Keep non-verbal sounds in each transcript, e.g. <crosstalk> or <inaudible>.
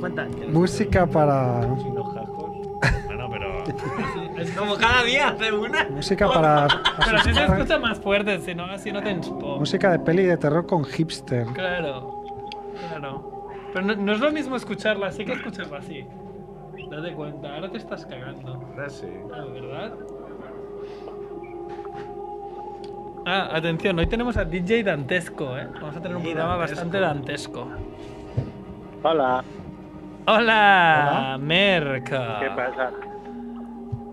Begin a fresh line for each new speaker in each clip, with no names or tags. cuenta. que-
Música para.
Bueno, pero.
Es como cada día hace una.
Música para.
<laughs> Pero así
<laughs>
se escucha más fuerte, si no, así no te enspo.
Música de peli de terror con hipster.
Claro, claro. Pero no, no es lo mismo escucharla así que escucharla así. Date cuenta, ahora te estás cagando.
Ahora sí.
Ah, ¿verdad? Ah, atención, hoy tenemos a DJ Dantesco, ¿eh? Vamos a tener un
DJ
programa
Dantesco.
bastante dantesco.
Hola,
¡Hola, Merca!
¿qué pasa?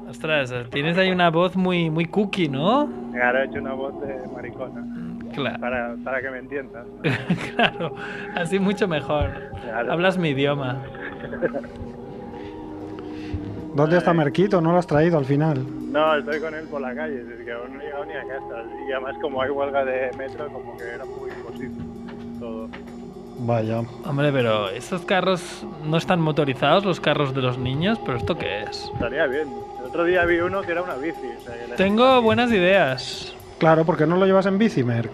Ostras, tienes ahí una voz muy, muy cookie, ¿no?
Ahora he hecho una voz de maricona,
Claro,
para, para que me entiendas.
<laughs> claro. Así mucho mejor.
Claro.
Hablas mi idioma.
¿Dónde está Merquito? No lo has traído al final.
No, estoy con él por la calle, es decir, que aún no he llegado ni a casa. Y además, como hay huelga de metro, como que era muy imposible todo.
Vaya.
Hombre, pero estos carros no están motorizados, los carros de los niños, pero ¿esto qué es?
Estaría bien. El otro día vi uno que era una bici. o sea, que la-
Tengo buenas ideas.
Claro, porque no lo llevas en bici, Merck.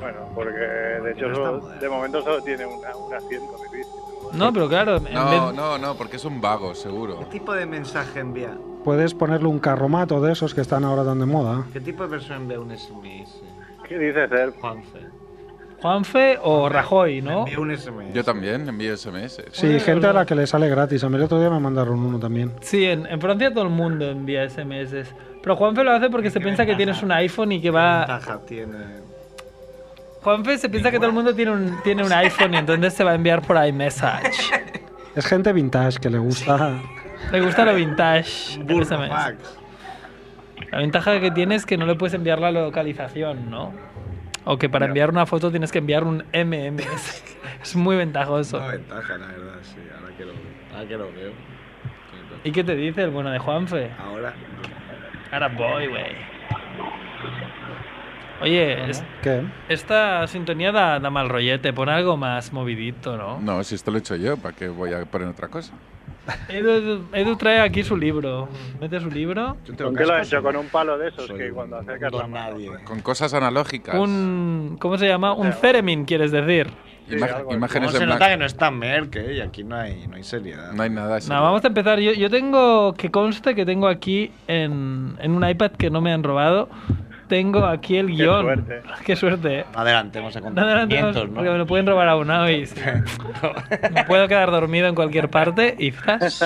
Bueno, porque de hecho,
no está
solo-
moderno.
de momento solo tiene una, un asiento mi bici.
No, pero claro, en
No,
vez-
no, no, porque es un vago, seguro.
¿Qué tipo de mensaje envía?
Puedes ponerle un carromato de esos que están ahora tan de moda.
¿Qué tipo de persona envía un SMS?
¿Qué dices, él?
Juanfe.
Juanfe o Rajoy, ¿no?
Envía un SMS.
Yo también envío SMS.
Sí, gente a la que le sale gratis. A mí el otro día me mandaron uno también.
Sí, en, en Francia todo el mundo envía SMS. Pero Juanfe lo hace porque se
¿Qué
piensa que
ventaja?
tienes un iPhone y que
¿Qué
va...
ventaja tiene?
Juanfe se piensa que todo el mundo tiene un, tiene un iPhone y entonces se va a enviar por iMessage.
<laughs>
Es gente vintage que le gusta.
Le gusta lo vintage. el SMS.
Burfax.
La ventaja que tiene es que no le puedes enviar la localización, ¿no? O que para enviar una foto tienes que enviar un MMS. <laughs> Es muy ventajoso.
Una ventaja, la verdad, sí. Ahora que lo veo. Ahora que lo veo.
¿Y qué te dice el bueno de Juanfe?
Ahora.
Ahora voy, güey. Oye, es-
<laughs> ¿Qué?
esta sintonía da, da mal rollete. Pon algo más movidito, ¿no?
No, si esto lo he hecho yo, ¿para qué voy a poner otra cosa?
Edu, Edu trae aquí su libro. Mete su libro.
Yo tengo
¿Con qué lo has
cascos,
hecho? Con un palo de esos
soy
que
un
cuando acercas la
don
mano.
nadie.
Con cosas analógicas.
Un... ¿Cómo se llama? Un Ceremin, quieres decir.
Ima-
Sí, algo
¿Cómo
imágenes
se
en
nota que
blanco.
no está Merck, eh? Y aquí no hay, no hay seriedad.
No hay nada así.
Nada, vamos a empezar. Yo, yo tengo, que conste que tengo aquí en, en un iPad que no me han robado, tengo aquí el guión.
suerte.
<laughs> Qué suerte, eh.
Adelantemos a
Adelante, vamos,
acontecimientos,
porque me
¿no?
lo pueden robar aún
<laughs>
hoy. sí. Me puedo quedar dormido en cualquier parte y ¡zas!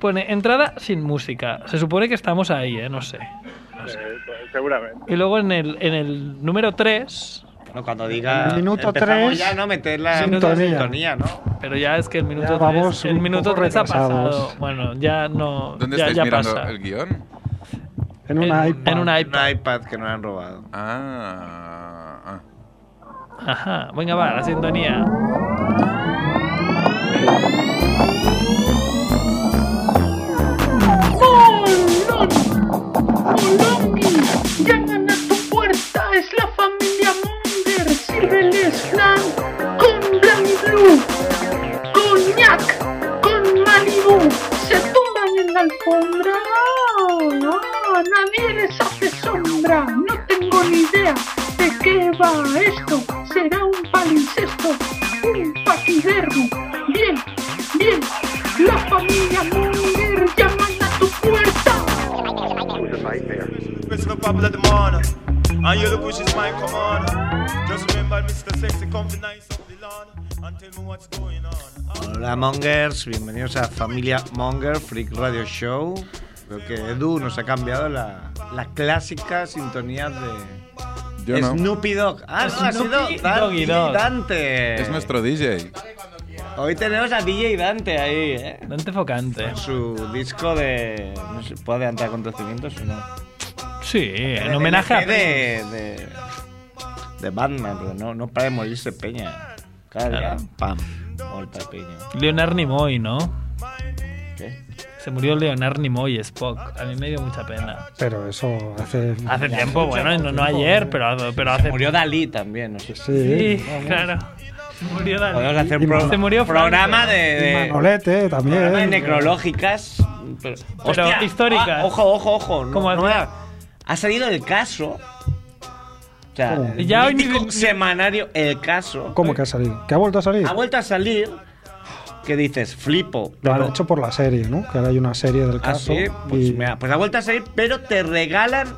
Pone entrada sin música. Se supone que estamos ahí, ¿eh? No sé.
Eh, pues, seguramente.
Y luego en el, en el número 3,
Bueno, cuando diga.
Minuto
empezamos
tres,
ya, ¿no? Meter la
sintonía.
la sintonía, ¿no?
pero ya es que el minuto
Ya vamos
3, el
un
minuto
poco
3 ha
retrasados.
pasado. Bueno, ya no.
¿Dónde
ya,
estáis
ya
mirando
pasa.
el guión?
En un
En-
iPad.
en un iPad.
Un iPad que no han robado.
Ah, ah.
Ajá, venga, va, la sintonía.
Llaman a tu puerta, es la familia Munger, sírveles flan con Blanc Blue, coñac, con Malibu, se tumban en la alfombra, ¡Ah! ¡Ah! nadie les hace sombra, no tengo ni idea de qué va esto, será un palincesto, un paquidermo, bien, bien, la familia Munger llaman a tu puerta.
Press up up at the morning, and your push is my command. Just remember, Mr. Sexy, come to nice up the lawn and tell me what's going on.
Hola, Mongers. Bienvenidos a Familia Monger Freak Radio Show. Creo que Edu nos ha cambiado la, la clásica sintonía de
Yo no.
Snoopy Dogg. Ah, no, ha sido
Snoopy
Dan-
Doggy Dog.
Dante.
Es nuestro DJ.
Hoy tenemos a DJ Dante ahí, ¿eh?
Dante Focante.
Su disco de. No sé, ¿Puedo adelantar acontecimientos o no?
Sí, en homenaje a.
de, de, de Batman, pero no, no para de morirse Peña. Cada día,
Claro.
pam, molta Peña.
Leonard Nimoy, ¿no?
¿Qué?
Se murió Leonard Nimoy, Spock. A mí me dio mucha pena.
Pero eso hace.
Hace tiempo, bueno, no, no ayer, pero, pero hace.
Murió Dalí también, no sé.
Sí.
Sí, claro. Se murió Dalí.
Podemos hacer un
Se murió Franco.
programa de, de-
Manolete
programa de
también.
necrológicas. Pero,
históricas.
ah, ojo, ojo, ojo. No,
Como
no
hacía-
me ha, ha salido el caso O sea,
¿Cómo?
el
Ya hoy ni-
mítico semanario El Caso
¿Cómo que ha salido? ¿Que ha vuelto a salir?
ha vuelto a salir que dices, flipo.
Lo han
pero-
hecho por la serie, ¿no? Que ahora hay una serie del
Ah,
caso.
sí, pues,
y-
mira, pues ha vuelto a salir, pero te regalan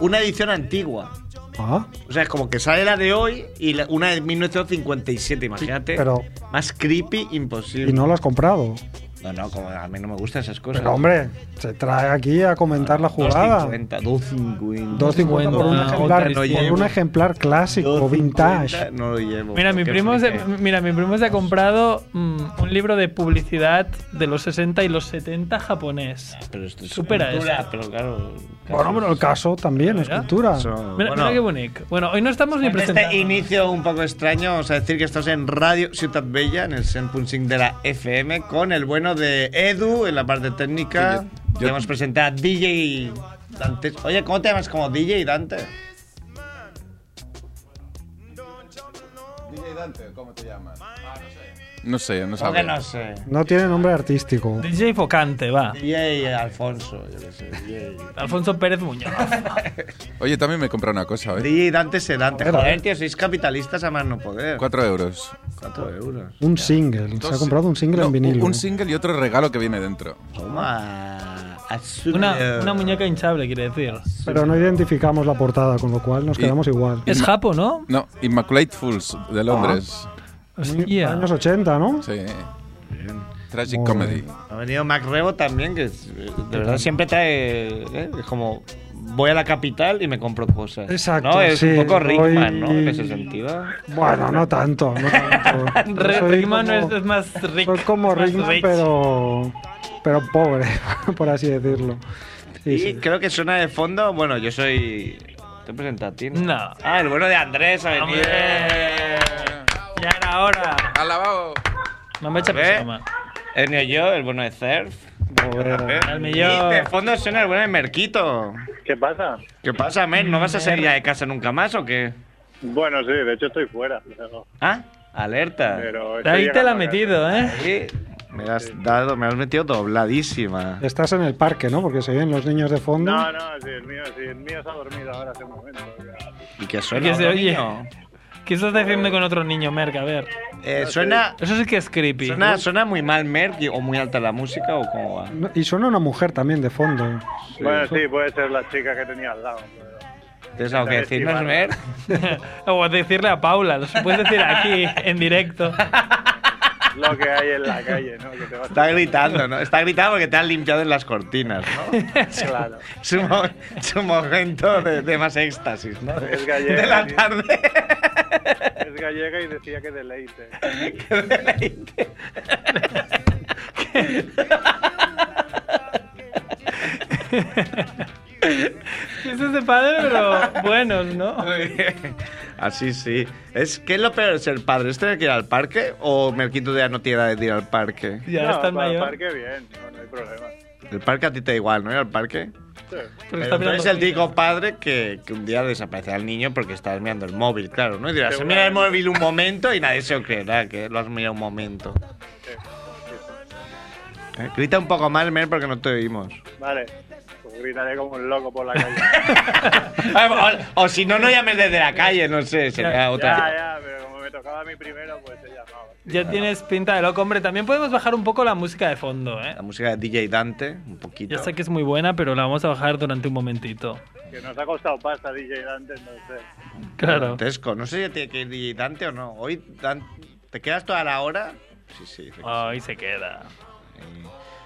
una edición antigua.
Ah,
O sea, es como que sale la de hoy y la- una de 1957, imagínate.
Pero-
Más creepy imposible.
y no lo has comprado.
no, no, como a mí no me gustan esas cosas.
Pero hombre, se trae aquí a comentar la jugada.
250, 250.
250 por un
Ah,
ejemplar,
otra no
por un
llevo.
ejemplar clásico,
250,
vintage.
No lo llevo.
Mira, mi
porque
primo se,
flipé.
mira, mi primo se ha comprado mm, un libro de publicidad de los 60 y los 70 japonés.
Pero esto es
supera
cultura,
esa.
Pero claro.
Bueno, pero el caso también es
¿Verdad?
cultura.
Eso-
Mira,
bueno,
mira qué bonito. Bueno, hoy no estamos ni
Con
presentando.
este inicio un poco extraño, vamos a decir que estamos en Radio Ciutat Bella, en el 100.5 de la FM, con el bueno de Edu en la parte técnica.
Sí, yo- yo-
Podemos presentar a DJ Dante. Oye, ¿cómo te llamas como DJ Dante?
DJ Dante, ¿cómo te llamas? no sé. No sé, no
¿Cómo que no
sabía.
sé?
No tiene nombre artístico.
DJ Focante, va.
DJ Alfonso, yo qué sé. DJ,
Alfonso Pérez Muñoz.
Oye, también me he comprado una cosa hoy.
DJ Dante Sedante.
Joder,
Joder,
eh.
tío, sois capitalistas a más no poder.
Cuatro euros.
4 euros.
Un single. Se ha comprado un single
No,
en vinilo.
Un single y otro regalo que viene dentro.
Toma. azul.
Una, una muñeca hinchable, quiere decir.
Pero no identificamos la portada, con lo cual nos
Y-
quedamos igual.
Es japo, ¿no?
No, Immaculate Fools
Ah.
de Londres.
Hostia.
Años 80, ¿no?
Sí. Tragic
Muy
Comedy.
bien.
Ha venido Mac Rebo también, que es, eh, de verdad siempre trae. eh, Es como. Voy a la capital y me compro cosas.
Exacto,
¿no? Es
sí,
un poco
voy-
Rickman, ¿no? En ese sentido.
Bueno, no tanto, no tanto. Yo
<laughs> Re-
soy
Rickman
como-
es, es más rico.
Soy como Rickman, pero, pero pobre, <laughs> por así decirlo. Sí,
y
sí.
creo que suena de fondo. Bueno, yo soy. Te presentado a ti.
No.
Ah, el bueno de Andrés ha venido.
¡Hombre! Ya era hora.
¡Alabado!
No me echa
A ver.
pesoma.
Pues
He venido yo, el bueno de Surf.
Pobre.
El
Y
millón.
de fondo suena el bueno de Merquito.
¿Qué pasa?
¿Qué pasa, Mer? ¿No vas a salir ya de casa nunca más o qué?
Bueno, sí, de hecho estoy fuera. Pero,
¿Ah? Alerta.
pero estoy
Ahí te la
llegando
ha
a casa.
metido, ¿eh?
Sí. Me has dado, me has metido dobladísima.
Estás en el parque, ¿no? Porque se ven los niños de fondo.
No, no, sí, el mío, sí, el mío se ha dormido ahora hace un momento. ya.
Y que suena.
Que se
otro
oye.
niño.
¿Qué estás haciendo con otro niño, Merck? A ver.
Eh, suena,
Eso sí que es creepy.
suena, suena muy mal, Merck, y- o muy alta la música, o cómo va.
No, Y suena una mujer también de fondo.
Bueno, sí, puede ser la chica que tenía al lado. pero-
¿Tienes algo que decirnos,
Estimado.
Merck?
<laughs> o decirle a Paula, lo puedes decir aquí,
<laughs>
en directo.
Lo que hay en la calle, ¿no? Que te vas
Está gritando, ¿no? Está gritando porque te han limpiado en las cortinas, <laughs> ¿no?
Claro.
Es un, mo- es un momento de, de más éxtasis, ¿no? De,
Es gallega,
de la
tío.
tarde.
Es gallega y decía que deleite.
Qué deleite.
Chistes de padre, pero buenos, ¿no?
<laughs> Muy bien. Así sí. Es que lo peor es el padre. ¿Es tener que ir al parque o Merquito ya no tiene edad de ir al parque?
Ya
no,
está el
para el
mayor.
parque bien, no, no hay problema.
El parque a ti te da igual, ¿no? Ir al parque.
Sí.
Pero
Pero
está
tú eres
mirando
el típico padre que, que un día desaparecerá el niño porque estás mirando el móvil, claro, ¿no? Y dirás, mira el
Seguramente.
móvil un momento y nadie se lo creerá que lo has mirado un momento. Eh, Grita un poco más, Mer, porque no te <laughs> oímos.
Vale, pues gritaré como un loco por la calle.
Ah, O, o si no, no llames desde la calle, no sé, sería
ya,
otra.
ya, pero como me tocaba a mí primero, pues se llamaba.
Ya tienes pinta de loco. Hombre, también podemos bajar un poco la música de fondo, ¿eh?
La música de DJ Dante, un poquito.
Ya sé que es muy buena, pero la vamos a bajar durante un momentito.
Que nos ha costado pasta DJ Dante, entonces.
Claro.
Dantesco. No sé si tiene que ir DJ Dante o no. Hoy, Dan- ¿te quedas toda la hora? Sí, sí. dice que sí.
Ahí se queda.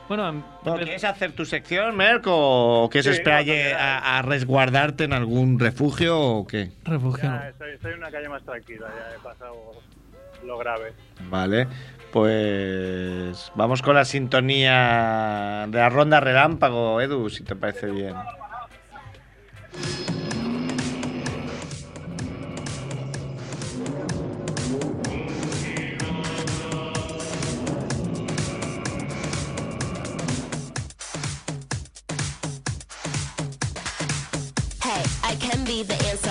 Bueno, em-
Bueno, ¿Quieres hacer tu sección, Merck, o que se
Sí,
espera
cuando
lle-
quieras.
a, a resguardarte en algún refugio o qué?
refugio.
Ya, estoy, estoy en una calle más tranquila, ya he pasado lo grave.
Vale, pues vamos con la sintonía de la ronda relámpago, Edu, si te parece bien.
Hey, I can be the answer.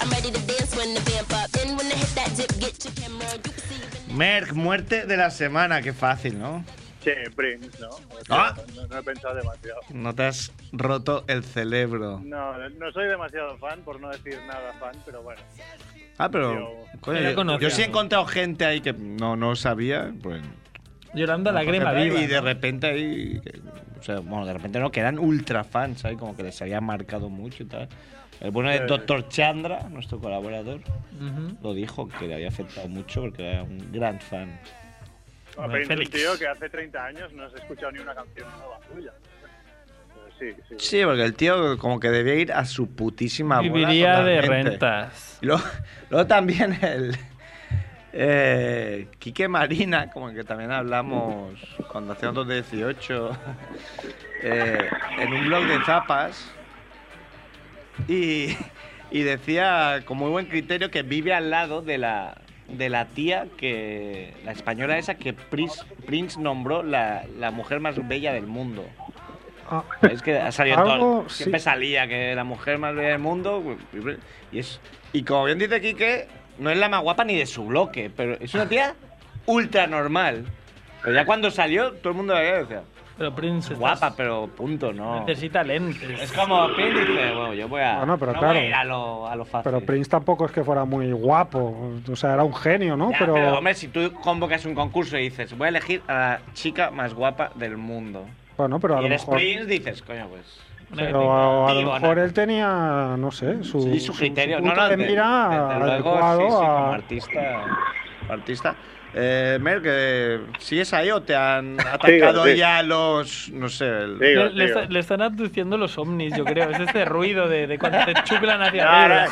I'm ready to dance when the vamp up. Then when I hit that dip, get your camera. You can see you've been
Merck, muerte de la semana, qué fácil, ¿no?
Sí, Prince, ¿no?
Ah.
No, no he pensado demasiado.
No te has roto el cerebro.
No, no soy demasiado fan, por no decir nada fan, pero bueno.
Ah, pero. coño,
Yo
yo,
conozco.
yo sí he encontrado gente ahí que no, no sabía. Pues,
Llorando la crema viva.
Y de repente ahí. que- O sea, bueno, de repente no, que eran ultra fans, ¿sabes? Como que les había marcado mucho y tal. El bueno de Dr. Chandra, nuestro colaborador,
Ujú.
lo dijo que le había afectado mucho porque era un gran fan.
A
Bueno,
Prince,
Félix.
un tío que hace 30 años no has escuchado ni una canción nueva suya. Pero Sí, sí.
Sí, porque el tío como que debía ir a su putísima bola
Viviría de
totalmente.
rentas.
Y luego, <laughs> luego también el. eh, Quique Marina, como que también hablamos cuando hacíamos los 18, <laughs> eh, en un blog de zapas. Y, y decía con muy buen criterio que vive al lado de la, de la tía, que la española esa que Prince, Prince nombró la, la mujer más bella del mundo.
Ah,
Es que ha salido en todo-
Algo,
Siempre
sí.
salía que la mujer más bella del mundo. Y, es, y como bien dice Quique, no es la más guapa ni de su bloque, pero es una tía ultra normal. Pero ya cuando salió, todo el mundo la veía y decía,
Pero Prince. estás-
guapa, pero punto, no.
Necesita lentes.
Es como Prince dice, bueno, yo voy a,
Bueno, Ah, pero
no
claro.
voy a ir a lo, a lo fácil.
Pero Prince tampoco es que fuera muy guapo. O sea, era un genio, ¿no?
Ya, pero...
pero,
hombre, si tú convocas un concurso y dices, voy a elegir a la chica más guapa del mundo.
bueno, pero a
y
lo
eres
mejor.
Prince, dices, coño, pues.
Una que
Pero a, a lo
Vivo,
mejor
¿no?
él tenía, no sé, su,
Sí, su criterio. No,
punto
no,
de
de-
mira
desde luego,
adecuado
sí, sí,
a-
como artista. Artista. Eh, Mer, que sigues ahí o te han
<laughs>
atacado
sí.
ya los. No sé. el-
Sí.
tenga-
Digo,
le, le
digo.
está- le están abduciendo los ovnis, yo creo. Es este ruido de, de cuando te chuclan
<laughs>
hacia
No,
arriba.
ahora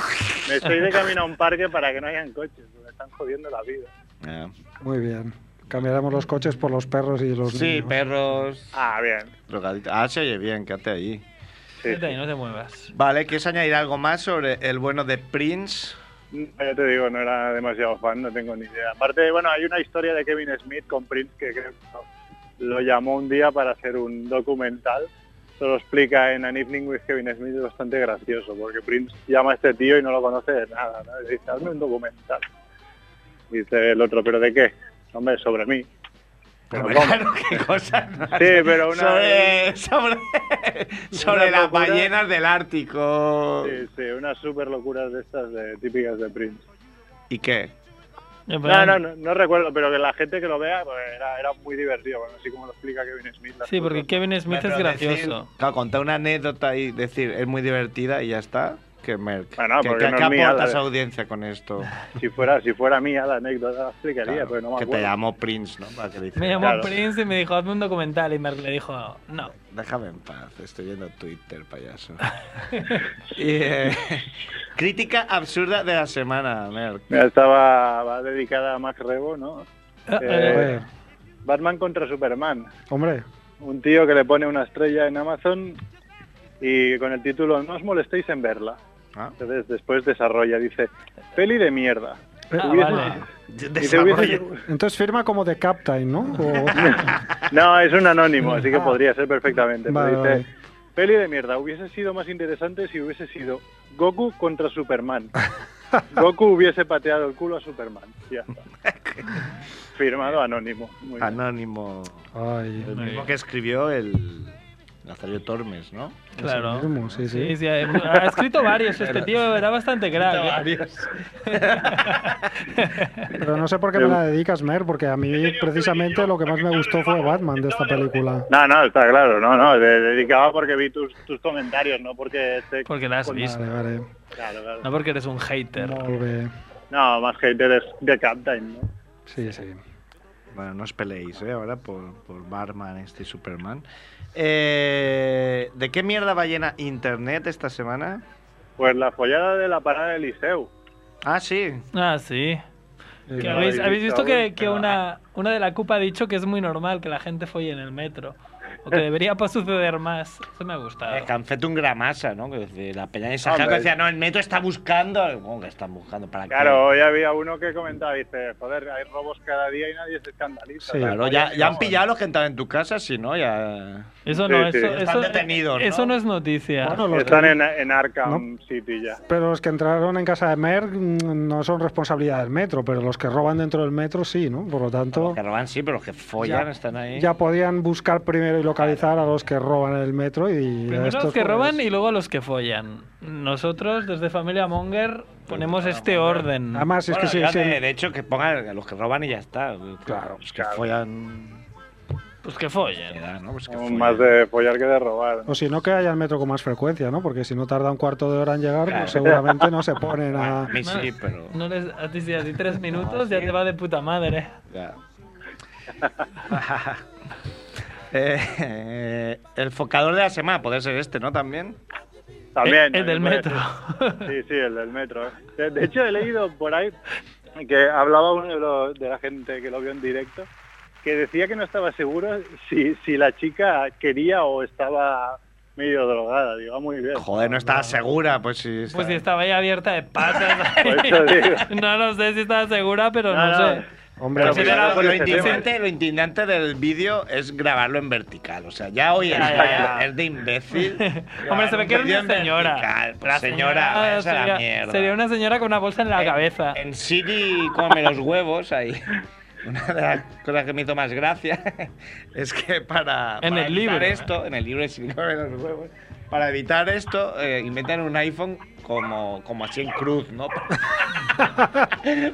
me estoy de camino a un parque para que no hayan coches, me están jodiendo la vida.
Eh,
Muy bien. Cambiaremos los coches por los perros y los
Sí,
niños.
perros.
Ah, bien.
drogaditos. Ah, se oye bien, quédate ahí.
Sí,
Quédate ahí, no te muevas.
Vale, ¿quieres añadir algo más sobre el bueno de Prince?
No, Mm, Ya te digo, no era demasiado fan, no tengo ni idea. Aparte, bueno, hay una historia de Kevin Smith con Prince que creo que lo- lo llamó un día para hacer un documental. Se lo explica en An Evening with Kevin Smith, es bastante gracioso, porque Prince llama a este tío y no lo conoce de nada, ¿no? Y dice, hazme un documental. Dice el otro, ¿pero de qué? Hombre, sobre mí. Pero ¿cómo?
Claro, qué cosa.
Sí, pero
<laughs>
una
Sobre, sobre,
<laughs>
sobre
Una
las
locura.
ballenas del Ártico.
Sí, sí, unas super locuras de estas de, típicas de Prince.
¿Y qué?
No, no, no, no recuerdo, pero que la gente que lo vea pues, era, era muy divertido, bueno, así como lo explica Kevin Smith. las
Sí, porque
cosas.
Kevin Smith es
Pero decir-
gracioso.
claro, contar una anécdota y decir, es muy divertida y ya está. Que Merck.
Bueno,
¿Qué,
porque
qué-
no
qué
es mía,
aportas
la-
audiencia con esto?
Si fuera, si fuera mía la anécdota la explicaría,
Claro,
pero no me
que
acuerdo.
te llamó Prince, ¿no? Para que dices,
Me llamó
Claro.
Prince y me dijo, hazme un documental. Y Merck le dijo, no.
Déjame en paz, estoy viendo Twitter, <laughs> payaso. y, eh, crítica absurda de la semana, Merck.
Mira, estaba va dedicada a Max Rebo, ¿no?
Ah,
Eh,
Joder,
Batman contra Superman.
hombre,
Un tío que le pone una estrella en Amazon y con el título No os molestéis en verla.
Ah.
Entonces después desarrolla, dice, peli de mierda.
Eh,
ah,
hubiese-
vale.
Dice, hubiese-
entonces firma como The Captain, ¿no?
<laughs>
O-
No, es un anónimo, así que podría ser perfectamente.
Ah. Vale,
pero dice,
vale.
peli de mierda, hubiese sido más interesante si hubiese sido Goku
<laughs>
contra Superman. Goku hubiese pateado el culo a Superman. Ya está.
<laughs>
Firmado anónimo. Muy
Ah,
bien.
Anónimo.
Ay,
El mismo que escribió el. Nazario Tormes, ¿no?
Claro.
el mismo, sí, sí.
Sí, sí, ha ha escrito varios este tío, era bastante crack. ¿eh?
Pero no sé por qué me la dedicas, Mer, porque a mí precisamente lo que más me gustó fue Batman de esta película.
No, no, está claro, no, no, le dedicaba porque vi tus, tus comentarios, no porque te...
Porque la has visto.
Vale, vale.
Claro, claro.
No porque eres un hater.
Molt bé.
No, más hater es de Captain, ¿no?
Sí, sí.
Bueno, no os peleéis, ¿eh? Ahora por, por Barman este y Superman. Eh, ¿De qué mierda va llena Internet esta semana?
Pues la follada de la parada del liceu.
Ah, sí.
Ah, sí.
Eh,
Que
no
habéis,
lo he
habéis
visto
visto que,
aún,
que
pero-
una, una de la CUP ha dicho que es muy normal que la gente folle en el metro. O que debería pues, suceder más. Eso me ha gustado.
Es Eh, que han fet un gramassa, ¿no? Que decía, la peña de Sajá
Hombre.
que decía, no, el metro está buscando. Bueno, que están buscando para qué?
Claro, hoy había uno que comentaba, dice, joder, hay robos cada día y nadie se escandaliza.
Sí.
Claro, ya, ya han pillado a los que estaban en tu casa, si no, ya.
Eso
Sí,
no,
sí.
eso,
Están
eso,
detenidos, ¿no?
eso no es noticia.
Bueno, los
Están
que-
en, en Arkham City ya.
Pero los que entraron en casa de Merck mm, no son responsabilidad del metro, pero los que roban dentro del metro sí, ¿no? Por lo tanto,
Los que roban sí, pero los que follan
Ya-
están ahí.
ya podían buscar primero y localizar a los que roban en el metro y...
Primero
estos,
los que
pues,
roban y luego los que follan. Nosotros, desde Familia Monger, ponemos este orden.
Además, es
Bueno,
que sí,
ya
sí,
De, de hecho, que pongan a los que roban y ya está. Claro, los que follan.
Pues que follen.
queda, ¿no? Pues que
Son
follan.
Más de follar que de robar.
O si no, que haya el metro con más frecuencia, ¿no? Porque si no tarda un cuarto de hora en llegar, pues seguramente no se ponen a...
A mí sí, pero.
No les, a ti, si a
<laughs>
ti tres minutos ya te va de puta madre.
Ya. <laughs> Eh, el focador de la semana, puede ser este, ¿no? También. Eh,
También.
el, el del
puede
metro.
<laughs>
<laughs>
ser. Sí, sí, el del metro. ¿eh? De, de hecho, he leído por
<laughs>
ahí que hablaba uno de, los- de la gente que lo vio en directo, que decía que no estaba seguro si, si la chica quería o estaba medio drogada. Digo, ah, muy bien.
Joder, no estaba segura, pues sí. está-
Pues si estaba ahí abierta
<laughs>
de patas.
Por eso digo.
no lo sé si estaba segura, pero no,
No, no.
sé.
Hombre,
Pero
pues Sí,
cuidado
claro,
con
lo,
este
intimidante, lo intimidante del vídeo es grabarlo en vertical. O sea, ya hoy es,
Ya, ya, ya.
es de imbécil.
<laughs> Hombre, se ve que era
Vídeo
una
en
señora.
vertical, pues,
La Ah,
señora, esa
sería,
la mierda. Eh,
sería una señora con una bolsa en la
En-
cabeza.
En Siri come los huevos ahí. <laughs> Una de las cosas que me hizo más gracia <laughs> es que para,
En
para
el
evitar
libro, ¿eh?
esto, en el libro de Siri come los huevos, para evitar esto eh, inventan un iPhone como, como así en cruz, ¿no? <laughs>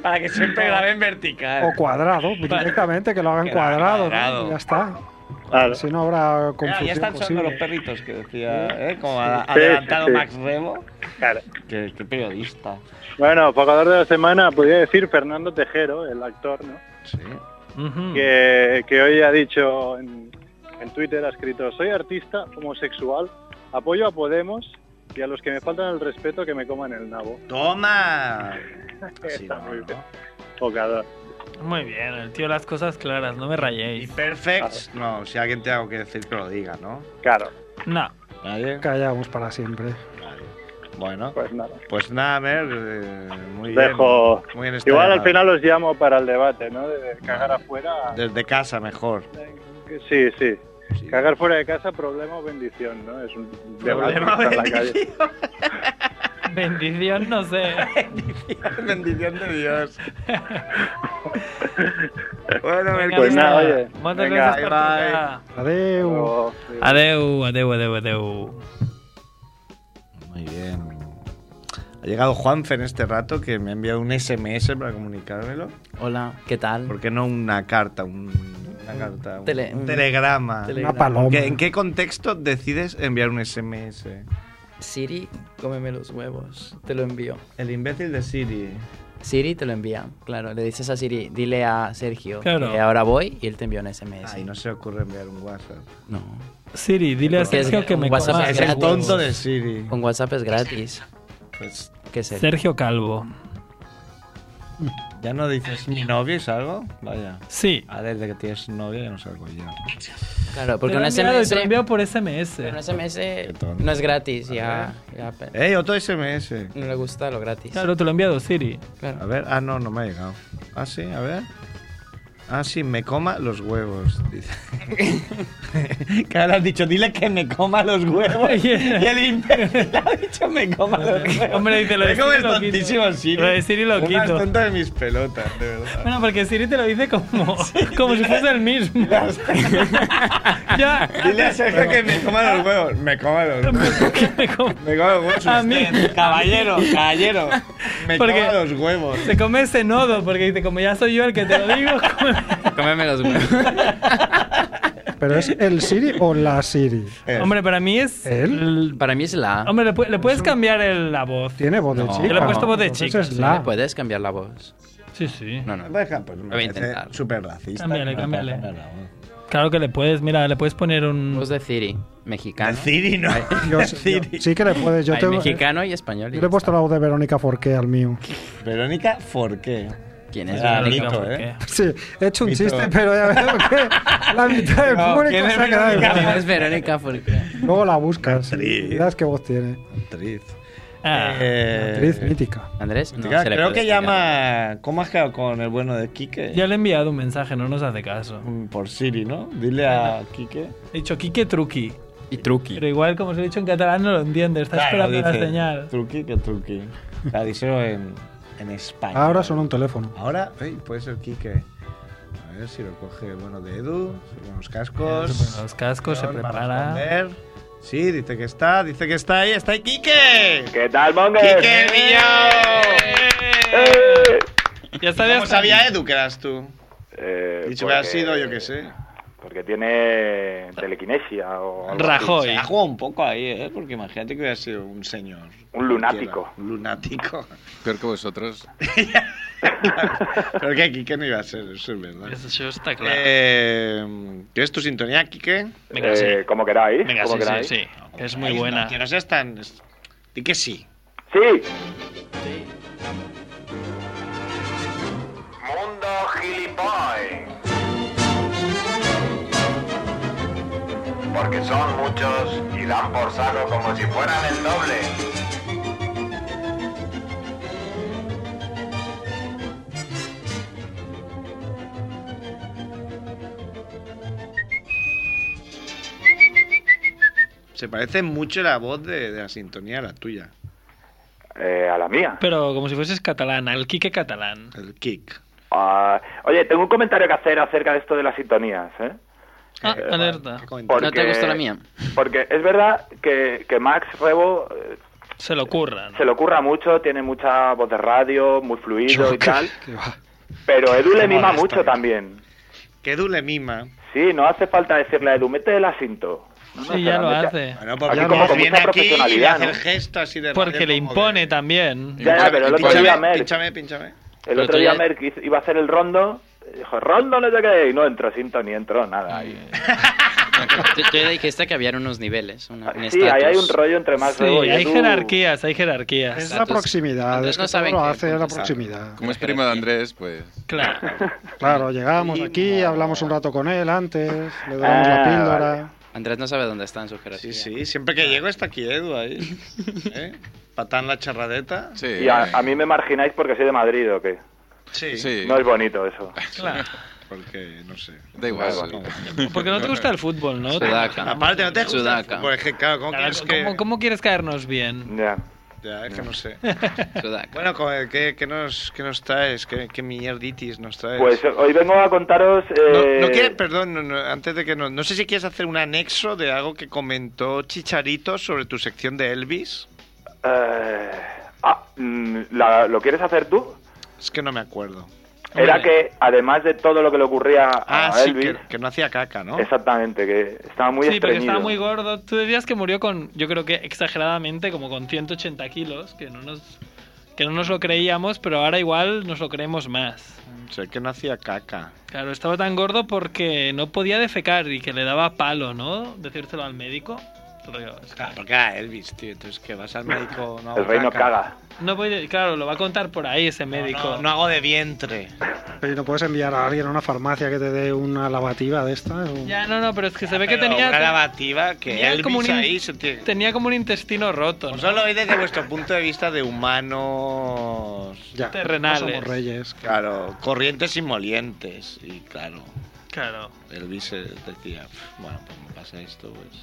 para que siempre grabe en vertical.
o cuadrado, directamente, que lo hagan
Que lo hagan
cuadrado, ¿no?
cuadrado.
Ya está.
Claro.
Si no habrá
Mira,
confusión
ya están sonando
posible.
los perritos que decía, ¿eh? como a-
Sí,
adelantado
sí, sí.
Max Rebo.
Claro.
Qué, qué periodista.
Bueno, jugador de la semana, podría decir Fernando Tejero, el actor, ¿no?
Sí. Mm.
Ujú.
que, que hoy ha dicho en, en Twitter, ha escrito, soy artista homosexual, apoyo a Podemos y a los que me faltan el respeto que me coman el nabo.
¡Toma! Así
Está
no,
muy
¿no?
bien. Focador.
Muy bien, el tío, las cosas claras, no me
Y
rayéis.
Perfect, no, si alguien te algo que decir que lo diga, ¿no?
Claro,
No.
¿Nadie?
Callamos para siempre.
Bueno,
pues nada.
pues nada, Mer, eh, muy bien.
Dejo.
Muy bien esta
Igual al
llamada.
final los llamo para el debate, ¿no? De cagar afuera.
Desde casa mejor.
Sí, sí.
Sí.
Cagar fuera de casa, problema o bendición, ¿no? Es un debate
Problema o
que está en la calle.
Bendición,
<laughs>
no sé.
Bendición de Dios. bueno, Mer,
Pues
que-
nada, oye,
Muchas
venga, eh.
gracias por
bye,
tocar.
Adeu.
Pero-
Adeu, adeu, adeu, adeu.
Muy bien. Ha llegado Juanfe en este rato que me ha enviado un SMS para comunicármelo.
Hola, ¿qué tal?
¿Por qué no una carta? Un, una carta, un,
Tele-
un telegrama.
Tele-
Una paloma.
¿Qué- ¿En qué contexto decides enviar un SMS?
Siri, cómeme los huevos. Te lo envío.
El imbécil de Siri.
Siri te lo envía. Claro, le dices a Siri, dile a Sergio
Claro.
que ahora voy y él te envía un SMS.
Ay, no se ocurre enviar un WhatsApp.
No.
Siri, dile a
Porque es
Sergio que me
un WhatsApp
coma
es
Es
los
el
gratis.
huevos.
tonto de Siri.
Con WhatsApp es gratis.
Pues,
¿Qué es Sergio?
Sergio Calvo.
¿Ya no dices mi novio es algo? Vaya.
Sí.
Ah, desde que tienes novio ya no salgo yo.
Claro,
Porque
porque un
enviado y
SMS,
te lo envío por SMS.
pero un SMS
tonto.
no es gratis. Ya, ya pe-
¡Ey, otro SMS!
no le gusta lo gratis.
Claro, te lo he enviado Siri.
Claro.
A ver, ah, no, no me ha llegado. Ah, sí, a ver. Ah, sí, me coma los huevos.
<laughs>
Dice. que ahora has dicho, dile que me coma los
<laughs>
huevos. Oh, y el imbécil ha dicho, me
<laughs>
coma los huevos.
Hombre, dice, lo de
Es como
Siri
el
lo quito.
tontísimo Siri.
Lo de Siri lo
Una
quito.
tonta de mis pelotas, de <laughs> verdad.
Bueno, porque Siri te lo dice como,
<laughs>
como si fuese el mismo. <laughs> ya.
Dile a Sergio que me coma los huevos. Me coma los huevos.
<laughs> que me come-
Me coma los huevos.
A mí.
usted. Caballero, caballero. Me
Porque-
coma los huevos.
Se come ese nodo porque dice, como ya soy yo el que te
<laughs>
lo digo, come-
Cómeme los huevos.
Pero es el Siri o la Siri.
Hombre, para mí es...
¿Él?
Para mí es la.
Hombre, le, pu- le puedes cambiar el- la voz.
Tiene voz de
No.
chica.
Yo le he
puesto voz de
Entonces
chica,
es
sí,
No
la.
le puedes cambiar la voz.
Sí, sí.
No, no.
Deja, pues
Lo
me
voy a
parece
intentar.
Súper racista.
Cámbiale,
que no
cámbiale.
pueda cambiar la voz.
Claro que le puedes, mira, le puedes poner un...
Voz
Pues
de Siri. Mexicano.
El Siri, ¿no?
Yo,
El
sí-
Siri.
yo- sí que le puedes. Yo,
Hay
tengo-
mexicano y español. y
yo le
ya
he puesto la voz de Verónica Forqué al mío. <laughs>
Verónica, ¿por qué?
está.
¿Quién es?
Ah,
Vale,
Nito,
<laughs> ¿por
¿eh?
qué?
Sí, he hecho un
Mito.
chiste, pero ya veo que la mitad del
No,
público
¿quién es
se ha quedado
Verónica?
igual.
Es Verónica Forqué.
Luego la buscas.
Actriz.
Verás qué voz tiene.
Actriz.
Ah,
Eh,
Actriz mítica.
Andrés, no,
Claro,
se le
creo
puede
que
explicar.
llama. ¿Cómo has quedado con el bueno de Quique?
Ya le he enviado un mensaje, no nos hace caso.
Mm, Por Siri, ¿no? Dile a Quique.
He dicho Quique Truqui.
Y Truqui.
Pero igual, como os he dicho en catalán, no lo entiende. Está esperando la
dice,
señal.
Truqui, que truqui. La díselo en, en España.
Ahora suena un teléfono.
Ahora, ey, puede ser Quique. A ver si lo coge el bueno de Edu. Se pone los cascos.
Se pone los cascos, se
Va a
prepara.
responder. Sí, dice que está, dice que está ahí, está ahí Quique.
¿Qué tal, Monger?
¡Quique, niño!
¡Eh!
Ya
¿Cómo
sabías.
sabía Edu que eras tú?
Eh,
Dicho
pues
que has
porque-
sido, yo qué sé.
Porque tiene telequinesia o algo
Rajoy.
Se ha jugado un poco ahí, ¿eh? Porque imagínate que hubiera sido un señor.
Un lunático.
Un lunático. <laughs>
Peor que vosotros.
Pero que Quique no iba a ser, eso es verdad.
Eso está
Eh, ¿Qué es tu sintonía, Quique?
así. Eh, Como queráis. como queráis.
Es
Ay,
muy
no,
buena.
que no seas tan... es- Di que sí.
Sí.
Porque son muchos y dan por saco como si fueran el doble.
Se parece mucho la voz de, de la sintonía a la tuya.
Eh, a la mía.
Pero como si fueses catalán, al Quique catalán.
Eh,
El kick.
Ah, oye, tengo un comentario que hacer acerca de esto de las sintonías, ¿eh?
Ah,
Eh,
alerta.
¿qué comentario?
Porque-
¿No te gustó la mía?
Porque es verdad que, que Max Rebo eh,
Se lo curra. ¿no?
se le ocurra mucho, tiene mucha voz de radio, muy fluido y tal,
Que va.
pero Edu le mima
molesta,
mucho
tío.
también.
Que Edu le mima.
Sí, no hace falta decirle a Edu, mete el asinto. No, no,
Sí,
se
ya lo
mete-
hace.
Bueno, porque
Aquí
como
como con
viene
mucha
aquí y le
profesionalidad,
hace el
¿no?
gesto así de...
Porque
radio
le
como
impone
de-
también.
Ya, ya, pero el otro día
Pínchame,
Merck,
pínchame, pínchame.
el
Pero
otro
tú
día
ya-
Merck hizo- iba a hacer el rondo, dijo, rondo no sé qué, y no entró Sinto ni entró nada. ahí.
Tú, tú ya dijiste que había unos niveles. una- un
Ah, sí, ahí hay un
estatus.
rollo entre Max
Sí,
Rebo y
hay
Edu.
jerarquías, hay jerarquías.
Es la
Entonces-
proximidad.
entonces
Es
no
que todo
saben
lo
qué
hace es la
puntos saben.
proximidad.
Como es prima de Andrés, pues.
Claro.
Claro, llegamos aquí, hablamos un rato con él antes, le damos la
Ah,
píldora.
Andrés no sabe dónde está en su
Sí,
jerarquía.
sí, siempre que llego está aquí Edu ahí. ¿Eh? Patán la charradeta.
Sí. eh,
Y a, a mí me margináis porque soy de Madrid o qué.
Sí.
Sí.
No es bonito eso.
<laughs>
claro.
Porque, no sé.
Da
Pues,
igual.
No,
<laughs> Porque no te gusta el fútbol, ¿no?
Sudaca.
Aparte, ¿no te gusta? el
Sudaca.
fútbol? Es que, claro, ¿cómo
Claro,
quieres que...?
¿Cómo, cómo quieres caernos bien?
Ya.
Ya, es que no sé.
Sudaca.
Bueno, co- eh, ¿qué, qué nos, qué nos traes? ¿Qué, qué mierditis nos traes?
Pues eh, hoy vengo a contaros...
No,
eh,
no quieres- perdón, no, no, antes de que no, no sé si quieres hacer un anexo de algo que comentó Chicharito sobre tu sección de Elvis.
eh, ah, mm, la- ¿Lo quieres hacer tú?
Es que no me acuerdo.
Era
Vale.
que además de todo lo que le ocurría a
Ah, sí,
Elvis,
que, que no hacía caca, ¿no?
exactamente, que estaba muy
sí, porque
estreñido.
estaba muy gordo. Tú decías que murió con, yo creo que exageradamente, como con 180 kilos, que no nos, que no nos lo creíamos, pero ahora igual nos lo creemos más.
Sé que no hacía caca.
Claro, estaba tan gordo porque no podía defecar y que le daba palo, ¿no? Decírselo al médico. Rollo, es que-
Claro, porque era Elvis, tío. Entonces, que vas
<laughs>
al médico. No hago
El reino
caca.
caga.
No voy, claro, lo va a contar por ahí ese médico.
No, no hago de vientre.
Ah,
Pero ¿y no puedes enviar a alguien a una farmacia que te dé una lavativa de esta. O-
Ya, no, no, pero es que se ve que
Pero
tenía,
Una lavativa que
tenía
Elvis
como un in-
ahí se tiene.
tenía como un intestino roto, ¿no?
Solo oí desde vuestro punto de vista de humanos.
ya,
terrenales.
no somos reyes.
Claro, corrientes y molientes. Y claro,
Claro.
Elvis eh, decía, "Pf, bueno, pues me pasa esto, pues.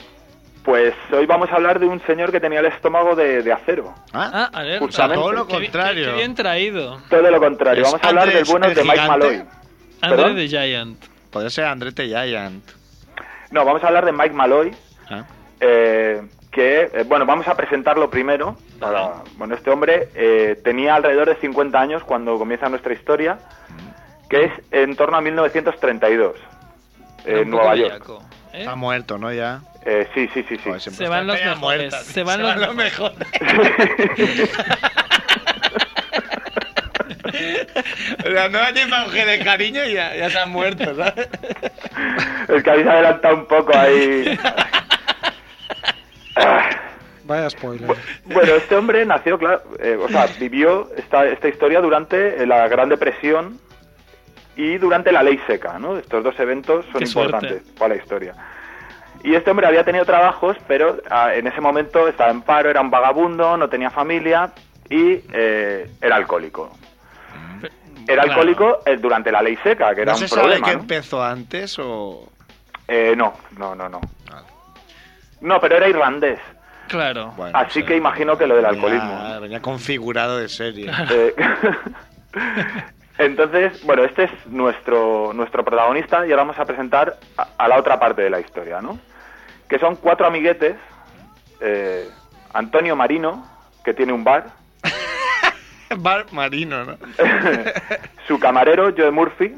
Pues hoy vamos a hablar de un señor que tenía el estómago de, de acero.
Ah, alerta.
Pues a todo
lo
Qué bi- qué-
contrario.
Qué, bien traído.
Todo lo contrario,
¿Es
vamos a hablar
Andrés
del bueno
el
de Mike
gigante?
Malloy.
André
¿Perdón?
de Giant.
Podría ser André the Giant.
No, vamos a hablar de Mike Malloy,
Ah,
eh, que, eh, bueno, vamos a presentarlo primero. Para- bueno, este hombre eh, tenía alrededor de 50 años cuando comienza nuestra historia, que es en torno a 1932,
Era
en
un poco
Nueva York.
bellaco, ¿eh?
Está muerto, ¿no? Ya.
Eh, sí, sí, sí, sí.
Joder, siempre <laughs>
Se van
está-
los
Está
mejores,
muerta,
se
tío.
van los-
mejores. O sea, no hay más que de cariño y ya, ya se han muerto, ¿sabes?
<laughs> Es que habéis adelantado un poco ahí.
Vaya spoiler.
Bueno, este hombre nació, claro, eh, o sea, vivió esta, esta historia durante eh, la Gran Depresión y durante la Ley Seca, ¿no? Estos dos eventos son
Qué suerte.
importantes para la historia. Y este hombre había tenido trabajos, pero ah, en ese momento estaba en paro, era un vagabundo, no tenía familia y eh, era alcohólico. Era
Mm. Claro.
alcohólico eh, durante la Ley Seca, que era
¿No
un
se sabe
problema.
que
¿no?
<laughs> empezó antes o...?
Eh, no, no, no, no.
Ah.
No, pero era irlandés.
<laughs> Claro.
Así que imagino que lo del alcoholismo.
Ah, venía configurado de serie. <laughs>
Eh, <laughs> Entonces, bueno, este es nuestro, nuestro protagonista y ahora vamos a presentar a, a la otra parte de la historia, ¿no? Que son cuatro amiguetes. eh, Antonio Marino, que tiene un bar.
Bar marino, ¿no?
Su camarero, Joe
<laughs>
Murphy.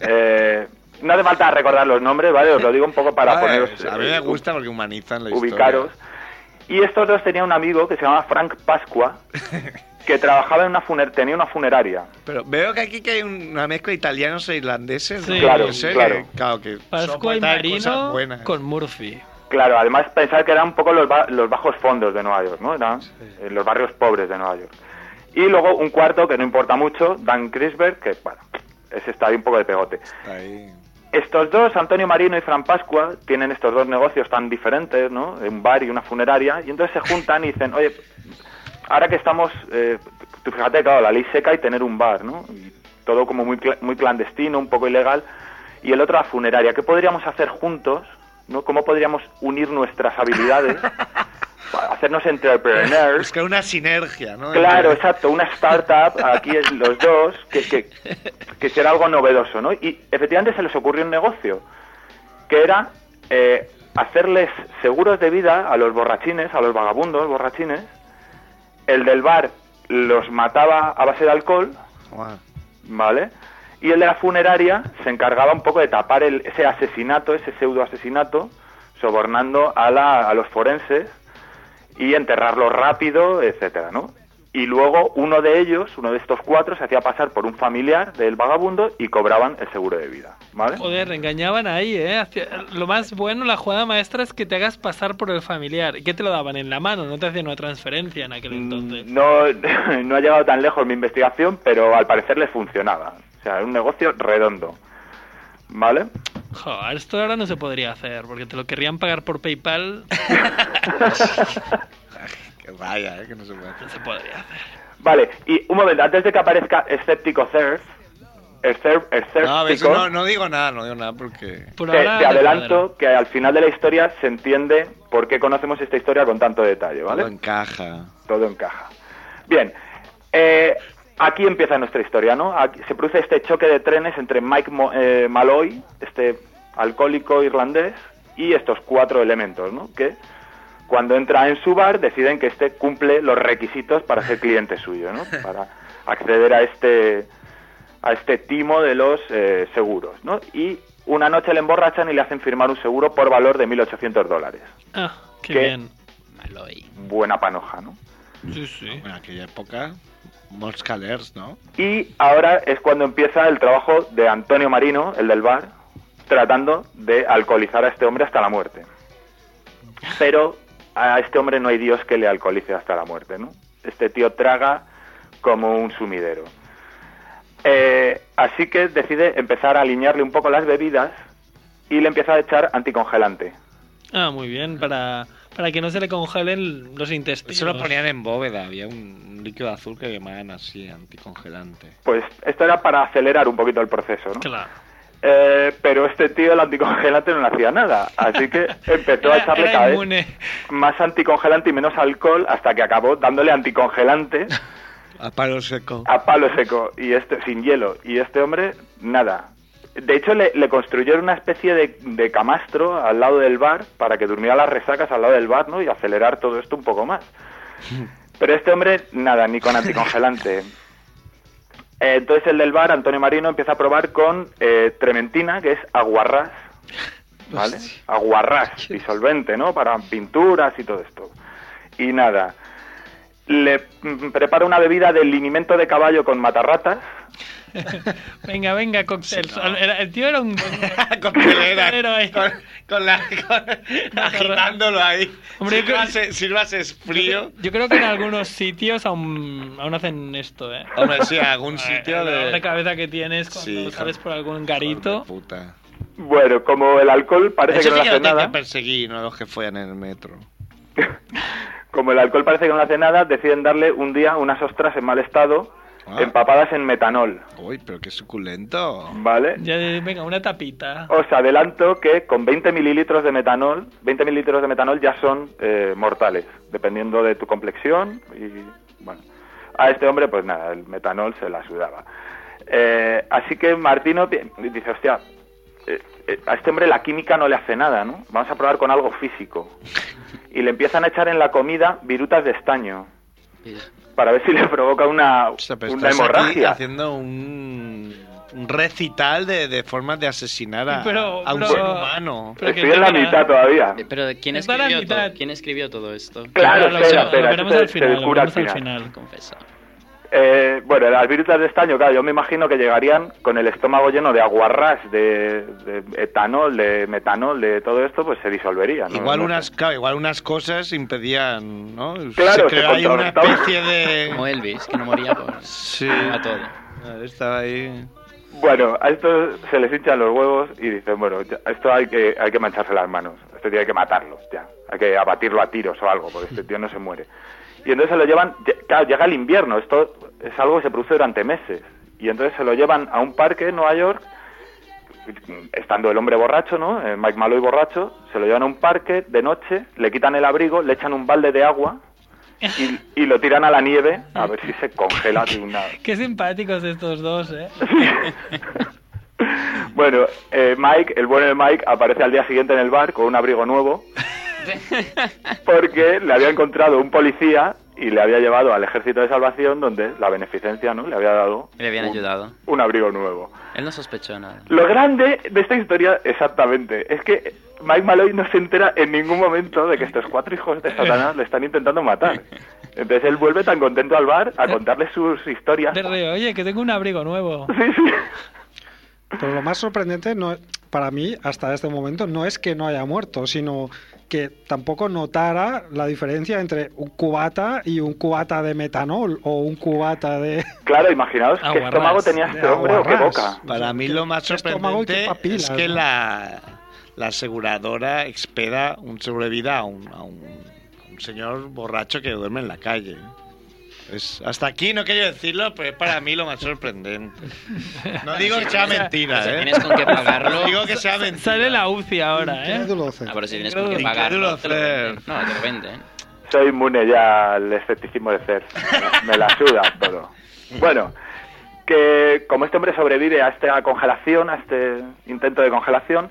eh, no hace falta recordar los nombres, ¿vale? Os lo digo un poco para
Ah,
poneros...
eh, a mí
eh,
me gusta porque humanizan la historia.
ubicaros. Y estos dos tenían un amigo que se llamaba Frank
<laughs>
Pascua, que trabajaba en una funer tenía una funeraria.
Pero veo que aquí que hay una mezcla de italianos e irlandeses. ¿no?
Sí. Claro,
Puede ser
claro.
que- claro que son
Pascua y
para traer cosas
Marino
buenas.
con Murphy.
Claro, además pensar que eran un poco los, ba- los bajos fondos de Nueva York, ¿no? Eran eh, los barrios pobres de Nueva York. Y luego un cuarto que no importa mucho, Dan Crisberg, que bueno, ese está ahí un poco de pegote. Estos dos, Antonio Marino y Fran Pascua, tienen estos dos negocios tan diferentes, ¿no? Un bar y una funeraria, y entonces se juntan y dicen, oye, ahora que estamos, eh, tú fíjate, claro, la ley seca y tener un bar, ¿no? Y todo como muy, cla- muy clandestino, un poco ilegal, y el otro la funeraria. ¿Qué podríamos hacer juntos? ¿no? ¿Cómo podríamos unir nuestras habilidades? para hacernos entrepreneurs.
Buscar una sinergia, ¿no?
Claro,
Entre-
exacto, una startup, aquí es los dos, que, que, que será algo novedoso, ¿no? Y efectivamente se les ocurrió un negocio, que era eh, hacerles seguros de vida a los borrachines, a los vagabundos borrachines. El del bar los mataba a base de alcohol, ¿vale? Y el de la funeraria se encargaba un poco de tapar el- ese asesinato, ese pseudo asesinato, sobornando a, la- a los forenses y enterrarlo rápido, etcétera, ¿no? Y luego uno de ellos, uno de estos cuatro, se hacía pasar por un familiar del vagabundo y cobraban el seguro de vida, ¿vale?
Joder, engañaban ahí, ¿eh? Hacía- Lo más bueno, la jugada maestra es que te hagas pasar por el familiar. ¿Y ¿Qué te lo daban en la mano? No te hacían una transferencia en aquel
Mm.
entonces.
No, Mm, no <laughs> ha llegado tan lejos mi investigación, pero al parecer les funcionaba. O sea, era un negocio redondo, ¿vale?
Joder, esto ahora no se podría hacer, porque te lo querrían pagar por PayPal.
Que vaya, eh, que no se puede hacer.
No se podría hacer.
Vale, y un momento, antes de que aparezca escéptico Cerf, el Cerf, el
No, a ver,
Cerftico,
no, no digo nada, no digo nada porque...
te, te Eh, adelanto que al final de la historia se entiende por qué conocemos esta historia con tanto detalle, ¿vale?
Todo encaja.
Todo encaja. Bien, eh, aquí empieza nuestra historia, ¿no? Aquí se produce este choque de trenes entre Mike Mo- eh, Malloy, este alcohólico irlandés, y estos cuatro elementos, ¿no? Que cuando entra en su bar deciden que este cumple los requisitos para ser cliente suyo, ¿no? Para acceder a este a este timo de los eh, seguros, ¿no? Y una noche le emborrachan y le hacen firmar un seguro por valor de 1.800 dólares.
Ah, qué,
¿Qué?
bien.
Buena panoja, ¿no?
Sí, sí.
En aquella época, Mons Calers, ¿no?
Y ahora es cuando empieza el trabajo de Antonio Marino, el del bar, tratando de alcoholizar a este hombre hasta la muerte. Pero a este hombre no hay Dios que le alcoholice hasta la muerte, ¿no? Este tío traga como un sumidero. Eh, así que decide empezar a alinearle un poco las bebidas y le empieza a echar anticongelante.
Ah, muy bien, para, para que no se le congelen los intestinos.
Eso lo ponían en bóveda, había un, un líquido azul que llamaban así, anticongelante.
Pues esto era para acelerar un poquito el proceso, ¿no?
Claro.
Eh, pero este tío el anticongelante no le hacía nada, así
<laughs>
que empezó a echarle
Era
cada vez
inmune.
más anticongelante y menos alcohol hasta que acabó dándole
<laughs>
anticongelante
A palo seco. <laughs>
a palo seco y este sin hielo y este hombre nada. De hecho le, le construyeron una especie de, de camastro al lado del bar para que durmiera las resacas al lado del bar, ¿no? Y acelerar todo esto un poco más.
Hmm.
Pero este hombre nada, ni con
<laughs>
anticongelante. Eh, Entonces el del bar, Antonio Marino, empieza a probar con eh, trementina, que es
<laughs>
aguarrás, ¿vale? Aguarrás, disolvente, ¿no? Para pinturas y todo esto. Y nada, le mm, prepara una bebida de linimento de caballo con matarratas. <laughs>
Venga, venga, cóctel. Era- El tío era un...
coctelera.
<laughs> Coctelero ahí.
Con la,
<laughs>
con- agitándolo ahí. si, lo haces, si lo haces frío.
Yo creo que en algunos sitios aún, aún hacen esto, ¿eh?
Hombre, sí,
<laughs>
algún sitio
La
de-
dolor cabeza que tienes cuando sales por algún garito.
Bueno, como el alcohol parece
Eso
que
sí
no
que
hace
lo tienen que
nada,
perseguir, no los que follan en el metro.
como el alcohol parece que no hace nada, deciden darle un día unas ostras en mal estado,
Ah.
empapadas en metanol,
Uy, pero qué suculento.
¿vale?
Ya, ya, venga, una tapita.
Os adelanto que con 20 mililitros de metanol, 20 mililitros de metanol ya son eh, mortales, dependiendo de tu complexión y bueno. A este hombre, pues nada, el metanol se la sudaba. Eh, así que Martino pi- dice, hostia, eh, eh, a este hombre la química no le hace nada, ¿no? Vamos a probar con algo físico. Y le empiezan a echar en la comida virutas de estaño. Para ver si le provoca una,
Pero
una
estás aquí
hemorragia.
haciendo un, un recital de, de formas de asesinar a,
Pero-
a un
pero-
ser humano.
pero que Estoy en la tenga- mitad todavía.
Eh, Pero ¿quién
Está a la
escribió,
mitad.
todo, ¿quién escribió todo esto?
Claro,
lo,
espera,
lo
espera,
veremos
eso
al
se-
final.
se
lo
cura
veremos
al
al
final.
final. Confesa.
Eh, bueno, las virutas de estaño, claro, yo me imagino que llegarían con el estómago lleno de aguarrás, de, de etanol, de metanol, de todo esto, pues se disolvería. ¿no?
Igual
No
unas, claro, igual unas cosas impedían, ¿no?
Claro, se
se creó ahí una
contrarrestaba.
especie de...
Como Elvis, que no moría por...
Sí.
a todo.
Estaba ahí...
Bueno, a esto se les hinchan los huevos y dicen, bueno, ya- a esto hay que, hay que mancharse las manos, a este tío hay que matarlo, ya, hay que abatirlo a tiros o algo, porque este tío no se muere. Y entonces se lo llevan, lle- claro, llega el invierno, esto es algo que se produce durante meses, y entonces se lo llevan a un parque en Nueva York, estando el hombre borracho, ¿no? Eh, Mike Malloy borracho, se lo llevan a un parque de noche, le quitan el abrigo, le echan un balde de agua y, y lo tiran a la nieve a ver si se congela de una...
Qué simpáticos estos
<laughs>
dos, ¿eh?
Bueno, eh, Mike, el bueno de Mike, aparece al día siguiente en el bar con un abrigo nuevo. Porque le había encontrado un policía y le había llevado al ejército de salvación donde la beneficencia no le había dado
Le habían
Un-
ayudado.
un abrigo nuevo.
Él no sospechó nada.
Lo grande de esta historia, exactamente, es que Mike Malloy no se entera en ningún momento de que estos cuatro hijos de Satanás le están intentando matar. Entonces él vuelve tan contento al bar a contarle sus historias.
De re, oye, que tengo un abrigo nuevo.
Pero lo más sorprendente no, para mí, hasta este momento, no es que no haya muerto, sino que tampoco notara la diferencia entre un cubata y un cubata de metanol o un cubata de...
Claro, imaginaos qué estómago tenía este hombre o qué
Pues
boca.
Para mí lo más
estómago y qué
sorprendente
papilas,
es que
¿no?
la, la aseguradora expeda un seguro de vida a un, a un- a un señor borracho que duerme en la calle. ¿eh? Es, hasta aquí no quiero decirlo, pero es para mí lo más sorprendente. No digo que
<laughs>
sea mentira,
O sea,
¿eh?
tienes con qué pagarlo.
No digo que sea mentira.
Sale la UCI
<laughs>
ahora, ¿eh?
Ah, pero si tienes con qué pagar.
Incrédulo
No, te lo venden. No, te lo venden.
Soy inmune ya al escepticismo de Cer. Me la suda todo. Bueno, que como este hombre sobrevive a esta congelación, a este intento de congelación,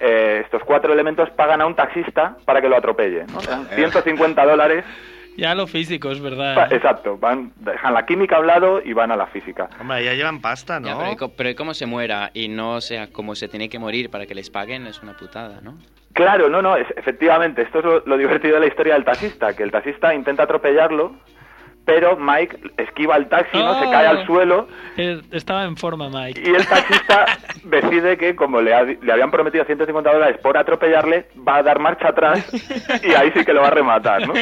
eh, estos cuatro elementos pagan a un taxista para que lo atropelle. ¿no? 150 dólares.
Ya lo físico, es
pa-
verdad. ¿eh?
Exacto, van, dejan la química a un lado y van a la física.
Hombre, ya llevan pasta,
Ya, pero, co- pero como se muera y no sea como se tiene que morir para que les paguen, es una putada, ¿no?
Claro, no, no, es- efectivamente, esto es lo, lo divertido de la historia del taxista, que el taxista intenta atropellarlo, pero Mike esquiva el taxi, ¿no? se
Oh.
cae al suelo
Eh, Estaba en forma,
<laughs>
Mike. <laughs>
Y el taxista decide que, como le, ha- le habían prometido 150 dólares por atropellarle, va a dar marcha atrás y ahí sí que lo va a rematar, ¿no?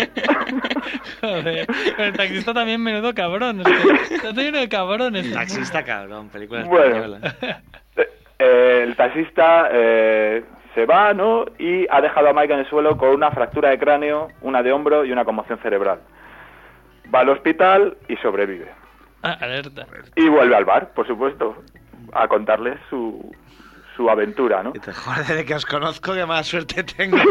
Joder. Pero el taxista también, menudo cabrón. es que Está lleno de cabrones.
Taxista cabrón, película
Bueno. Eh, el taxista eh, se va, ¿no? Y ha dejado a Mike en el suelo con una fractura de cráneo, una de hombro y una conmoción cerebral. Va al hospital y sobrevive.
Ah, alerta.
Y vuelve al bar, por supuesto, a contarles su, su aventura, ¿no?
Joder, desde que os conozco, qué mala suerte <laughs> tengo.
<laughs>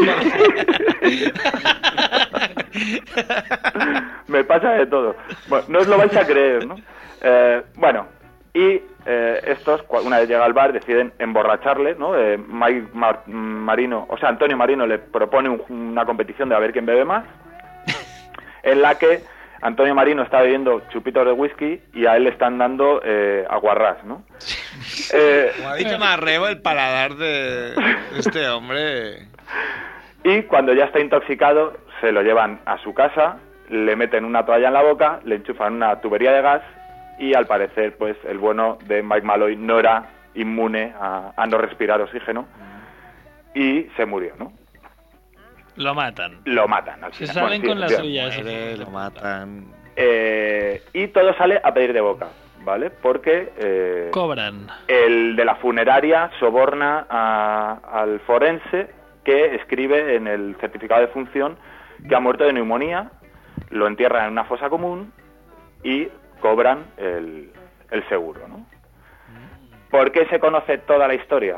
Me pasa de todo. Bueno, no os lo vais a creer, ¿no? Eh, bueno, y eh, estos, cua- una vez llega al bar, deciden emborracharle, ¿no? Eh, Mike Mar- Marino, o sea, Antonio Marino le propone un- una competición de a ver quién bebe más, en la que Antonio Marino está bebiendo chupitos de whisky y a él le están dando eh, aguarrás, ¿no? Eh,
Como ha dicho Marrebo, el paladar de este hombre.
Y cuando ya está intoxicado, se lo llevan a su casa, le meten una toalla en la boca, le enchufan una tubería de gas y al parecer, pues el bueno de Mike Malloy no era inmune a, a no respirar oxígeno y se murió, ¿no?
Lo matan.
Lo matan. al
Se
final. Bueno,
salen
sí,
con las
bien.
suyas.
Lo matan.
Eh, y todo sale a pedir de boca, ¿vale? Porque eh,
Cobran.
el de la funeraria soborna a- al forense que escribe en el certificado de función que ha muerto de neumonía, lo entierran en una fosa común y cobran el, el seguro, ¿no? ¿Por qué se conoce toda la historia?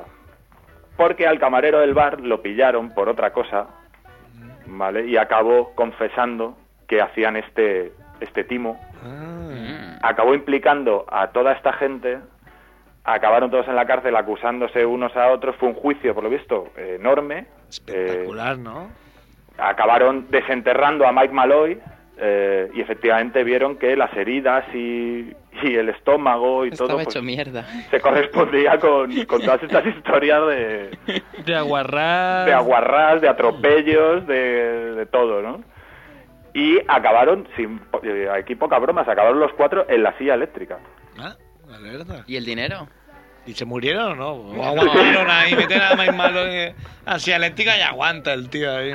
Porque al camarero del bar lo pillaron por otra cosa, ¿vale? Y acabó confesando que hacían este, este timo. Acabó implicando a toda esta gente, acabaron todos en la cárcel acusándose unos a otros, fue un juicio, por lo visto, enorme. eh,
Espectacular, ¿no?
acabaron desenterrando a Mike Malloy eh, y efectivamente vieron que las heridas y, y el estómago y todo
Estaba
pues,
hecho mierda.
se correspondía con, con todas
<laughs>
estas historias de,
De aguarrar.
de aguarrás, de atropellos, de, de todo, ¿no? Y acabaron, sin, po- eh, aquí poca broma, se acabaron los cuatro en la silla eléctrica.
¿Y el dinero?
¿Y se murieron o no? O aguantaron ahí, meten a Mike Malo hacia eléctrica y aguanta el tío ahí.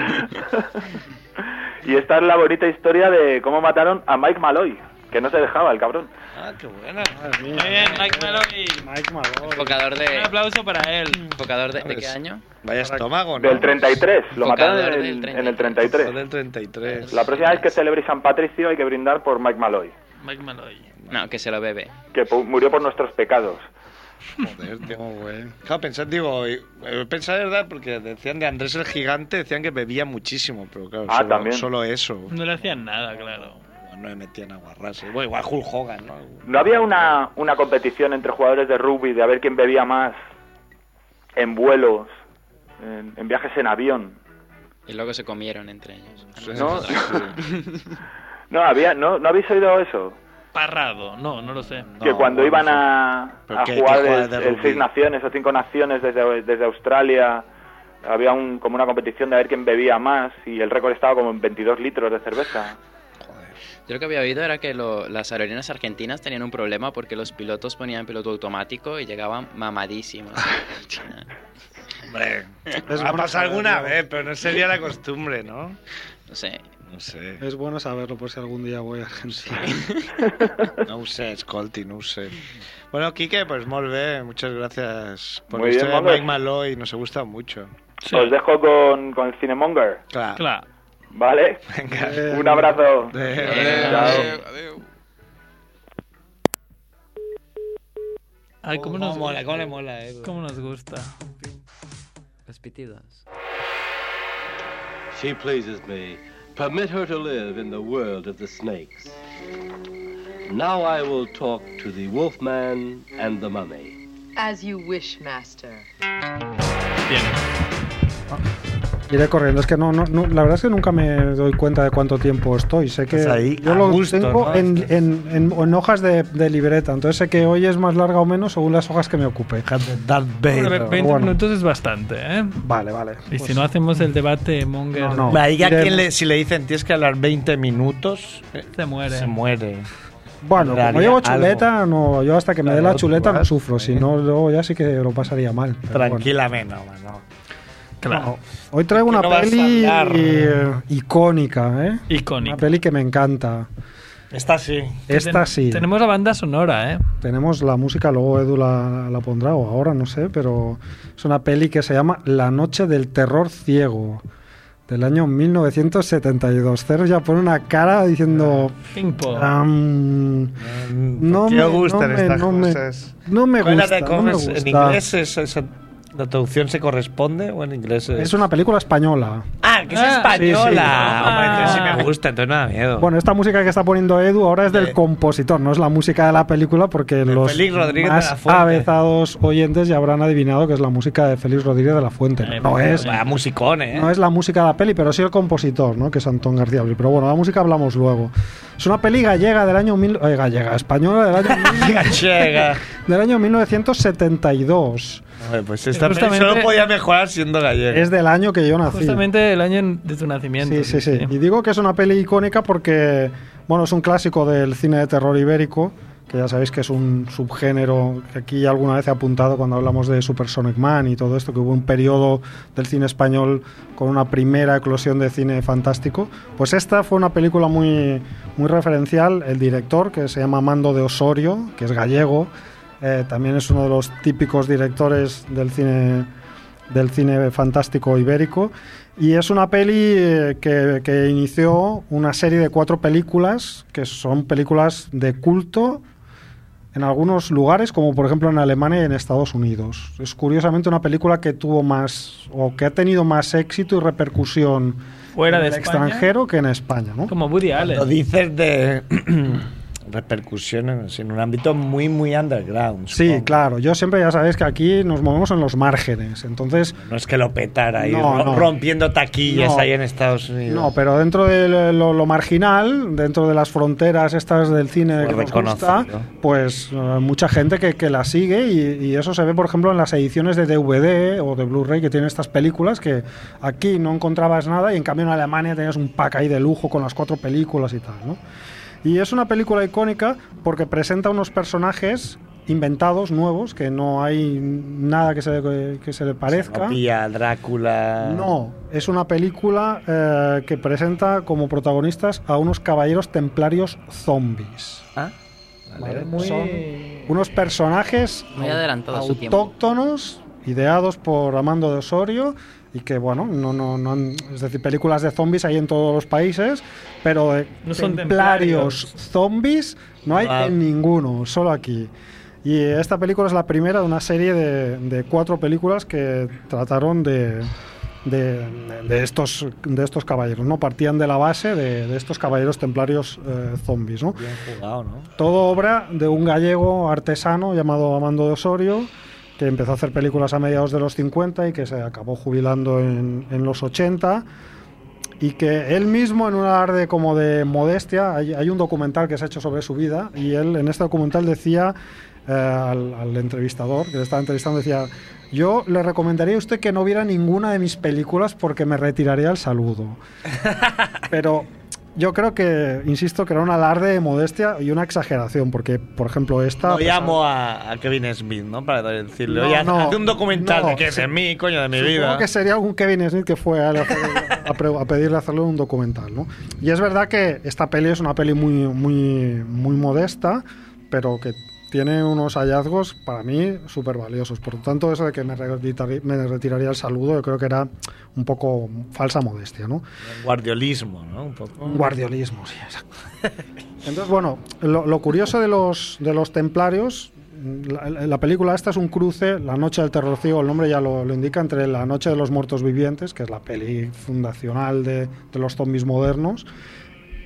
Y esta es la bonita historia de cómo mataron a Mike Malloy, que no se dejaba el cabrón.
Ah, qué buena.
Muy bien, Mike Malloy.
Eh.
Mike Malloy.
Enfocador de-
Un aplauso para él.
¿Enfocador de, de
Pues,
qué año?
Vaya estómago, ¿no?
Del 33, lo mataron
Enfocador
en,
del
en el 33.
Del 33.
La próxima vez que celebréis San Patricio hay que brindar por Mike Malloy,
Mike Malloy.
No, que se lo bebe.
que pu- murió por nuestros pecados.
Joder, tío, güey. Claro, pensad, digo, eh, pensad, ¿verdad? Porque decían de Andrés el Gigante, decían que bebía muchísimo, pero claro,
Ah,
solo,
también.
solo eso.
No le hacían nada, claro.
No le metían a guarrarse. Bueno, igual Hulk Hogan, ¿no?
¿No había una, una competición entre jugadores de rugby de a ver quién bebía más en vuelos, en, en viajes en avión?
Y luego se comieron entre ellos. Ah,
¿No?
eso es otra cosa.
No, había, no, ¿no habéis oído eso?
Parrado, no, no lo sé.
que cuando
bueno,
iban
sí.
a,
Pero
a
que- que
jugar
juega
el,
de
el
rugby.
Seis Naciones o Cinco Naciones desde, desde Australia, había un, como una competición de a ver quién bebía más y el récord estaba como en 22 litros de cerveza.
Yo lo que había oído era que lo- las aerolíneas argentinas tenían un problema porque los pilotos ponían piloto automático y llegaban mamadísimos. Ah,
Hombre,
Es
ha
bueno
pasado alguna
saberlo.
vez, pero no sería la costumbre, ¿no?
No sé.
<laughs>
No sé.
Es bueno saberlo por si algún día voy a Argentina.
No usé, escolti, no usé. Bueno, Quique, pues molt bé, muchas gracias por
Muy
la
bien,
historia de
molt bé.
Mike Malloy, nos ha gustado mucho.
Os dejo con, con el Cinemonger.
Claro.
¿Vale?
Venga.
Un abrazo. Chao.
Ay, cómo
Cómo
nos
Oh, mola,
gusta.
cómo le mola, eh.
Cómo nos gusta.
Los pitidos.
She pleases me. Permit her to live in the world of the snakes. Now I will talk to the wolfman and the mummy.
As you wish, master.
<laughs> Iré corriendo, es que no, no, no- la verdad es que nunca me doy cuenta de cuánto tiempo estoy. Sé que
Estás ahí
yo
a
lo
gusto,
tengo
¿no?
en, en, en- en hojas de, de libreta, entonces sé que hoy es más larga o menos según las hojas que me ocupe.
Bueno,
Pero
20
bueno,
minutos es bastante, ¿eh?
Vale, vale.
Y si no hacemos el debate Monger.
no.
Va, diga quien le- si le dicen tienes que hablar 20 minutos, eh,
Se muere.
se muere.
Bueno,
Daría
como llevo
algo.
chuleta, no, yo hasta que me dé
Claro,
la
tú
chuleta no
vas,
sufro, si no, luego ya sí que lo pasaría mal. pero bueno.
Tranquilamente, no, mano. Claro.
Hoy traigo una
no vas a
peli
hablar.
eh, icónica, ¿eh?
Icónica.
Una peli que me encanta.
Esta sí.
Esta sí.
Pues Tenemos la banda sonora, ¿eh?
Tenemos la música, luego Edu la, la pondrá, o ahora no sé, pero es una peli que se llama La Noche del Terror Ciego, del año 1972. Cero ya pone una cara diciendo...
Ping pong.
Ah, "Am, no
¿por qué
me
gustan
no me-
estas
no me-
cosas?
no me
¿Cuál es la
gusta, no
de
me
covers? ¿En
gusta.
inglés es, es- la traducción se corresponde o en inglés es...?
Es una película española.
Ah, que es
Ah, sí, sí.
española.
Ah.
Hombre, entonces sí me gusta, entonces no da miedo.
Bueno, esta música que está poniendo Edu ahora es del compositor, no es la música de la película porque los
Félix Rodríguez de la
más
Fuente.
avezados oyentes ya habrán adivinado que es la música de Félix Rodríguez de la Fuente.
Eh,
No es,
Vaya musicón, ¿eh?
no es la música de la peli, pero sí el compositor, ¿no? que es Antón García Abril. Pero bueno, la música hablamos luego. Es una peli gallega del año... Mil, eh, gallega, española del año... mil- <laughs>
Gallega.
del año 1972.
Hombre, pues esta peli
Justamente-
solo podía mejorar siendo gallega.
Es del año que yo nací.
Justamente el año en- de tu nacimiento.
Sí, sí, sí. Y digo que es una peli icónica porque, bueno, es un clásico del cine de terror ibérico. que ya sabéis que es un subgénero que aquí alguna vez he apuntado cuando hablamos de Supersonic Man y todo esto, que hubo un periodo del cine español con una primera eclosión de cine fantástico. Pues esta fue una película muy, muy referencial. El director, que se llama Mando de Osorio, que es gallego, eh, también es uno de los típicos directores del cine del cine fantástico ibérico. Y es una peli eh, que, que, inició una serie de cuatro películas, que son películas de culto en algunos lugares, como por ejemplo en Alemania y en Estados Unidos. Es curiosamente una película que tuvo más, o que ha tenido más éxito y repercusión
Fuera
en
de
el
España.
extranjero que en España. ¿no?
Como Woody Allen.
Lo dices de <clears throat> repercusiones en un ámbito muy, muy underground.
Sí, claro. Yo siempre ya sabéis que aquí nos movemos en los márgenes. Entonces,
No es que lo petara ahí,
No,
ro-
no.
rompiendo taquillas
No.
ahí en Estados Unidos.
No, pero dentro de lo, lo marginal, dentro de las fronteras estas del cine
Lo
que nos gusta,
reconocido.
pues eh, mucha gente que, que la sigue y, y eso se ve, por ejemplo, en las ediciones de DVD o de Blu-ray que tienen estas películas que aquí no encontrabas nada y en cambio en Alemania tenías un pack ahí de lujo con las cuatro películas y tal, ¿no? Y es una película icónica porque presenta unos personajes inventados, nuevos, que no hay nada que se, le- que se le parezca.
No pilla a Drácula.
No, es una película eh, que presenta como protagonistas a unos caballeros templarios zombies. ¿Vale?
Muy-
Son unos personajes
Muy adelantado a su tiempo.
autóctonos, ideados por Amando de Osorio y que bueno, no, no, no han- es decir, películas de zombies hay en todos los países, pero eh, de
No son
templarios zombies no hay en ninguno, solo aquí. Y esta película es la primera de una serie de, de cuatro películas que trataron de, de, de estos, de estos caballeros, ¿no? Partían de la base de, de estos caballeros templarios eh, zombies, ¿no?
Jugado, ¿no?
Todo obra de un gallego artesano llamado Amando de Osorio, que empezó a hacer películas a mediados de los 50 y que se acabó jubilando en, en los 80. Y que él mismo, en un alarde como de modestia, hay, hay un documental que se ha hecho sobre su vida, y él en este documental decía eh, al, al entrevistador que le estaba entrevistando, decía, yo le recomendaría a usted que no viera ninguna de mis películas porque me retiraría el saludo. Pero yo creo que, insisto, que era un alarde de modestia y una exageración, porque, por ejemplo, esta...
No
a pesar-
llamo a, a Kevin Smith, ¿no? Para decirle,
No,
oye, haz-
no,
haz un documental
no,
de que es en mí, coño, de mi
Supongo
vida.
que sería algún Kevin Smith que fue a, a pre- a pedirle hacerle un documental, ¿no? Y es verdad que esta peli es una peli muy, muy, muy modesta, pero que tiene unos hallazgos para mí súper valiosos. Por lo tanto, eso de que me retiraría, me retiraría el saludo, yo creo que era un poco falsa modestia, ¿no?
Guardiolismo, ¿no? Un poco.
Un guardiolismo, sí, exacto. Entonces, bueno, lo, lo curioso de los, de los templarios, la, la película esta es un cruce, La Noche del Terror Ciego, el nombre ya lo, lo indica, entre La Noche de los Muertos Vivientes, que es la peli fundacional de, de los zombies modernos,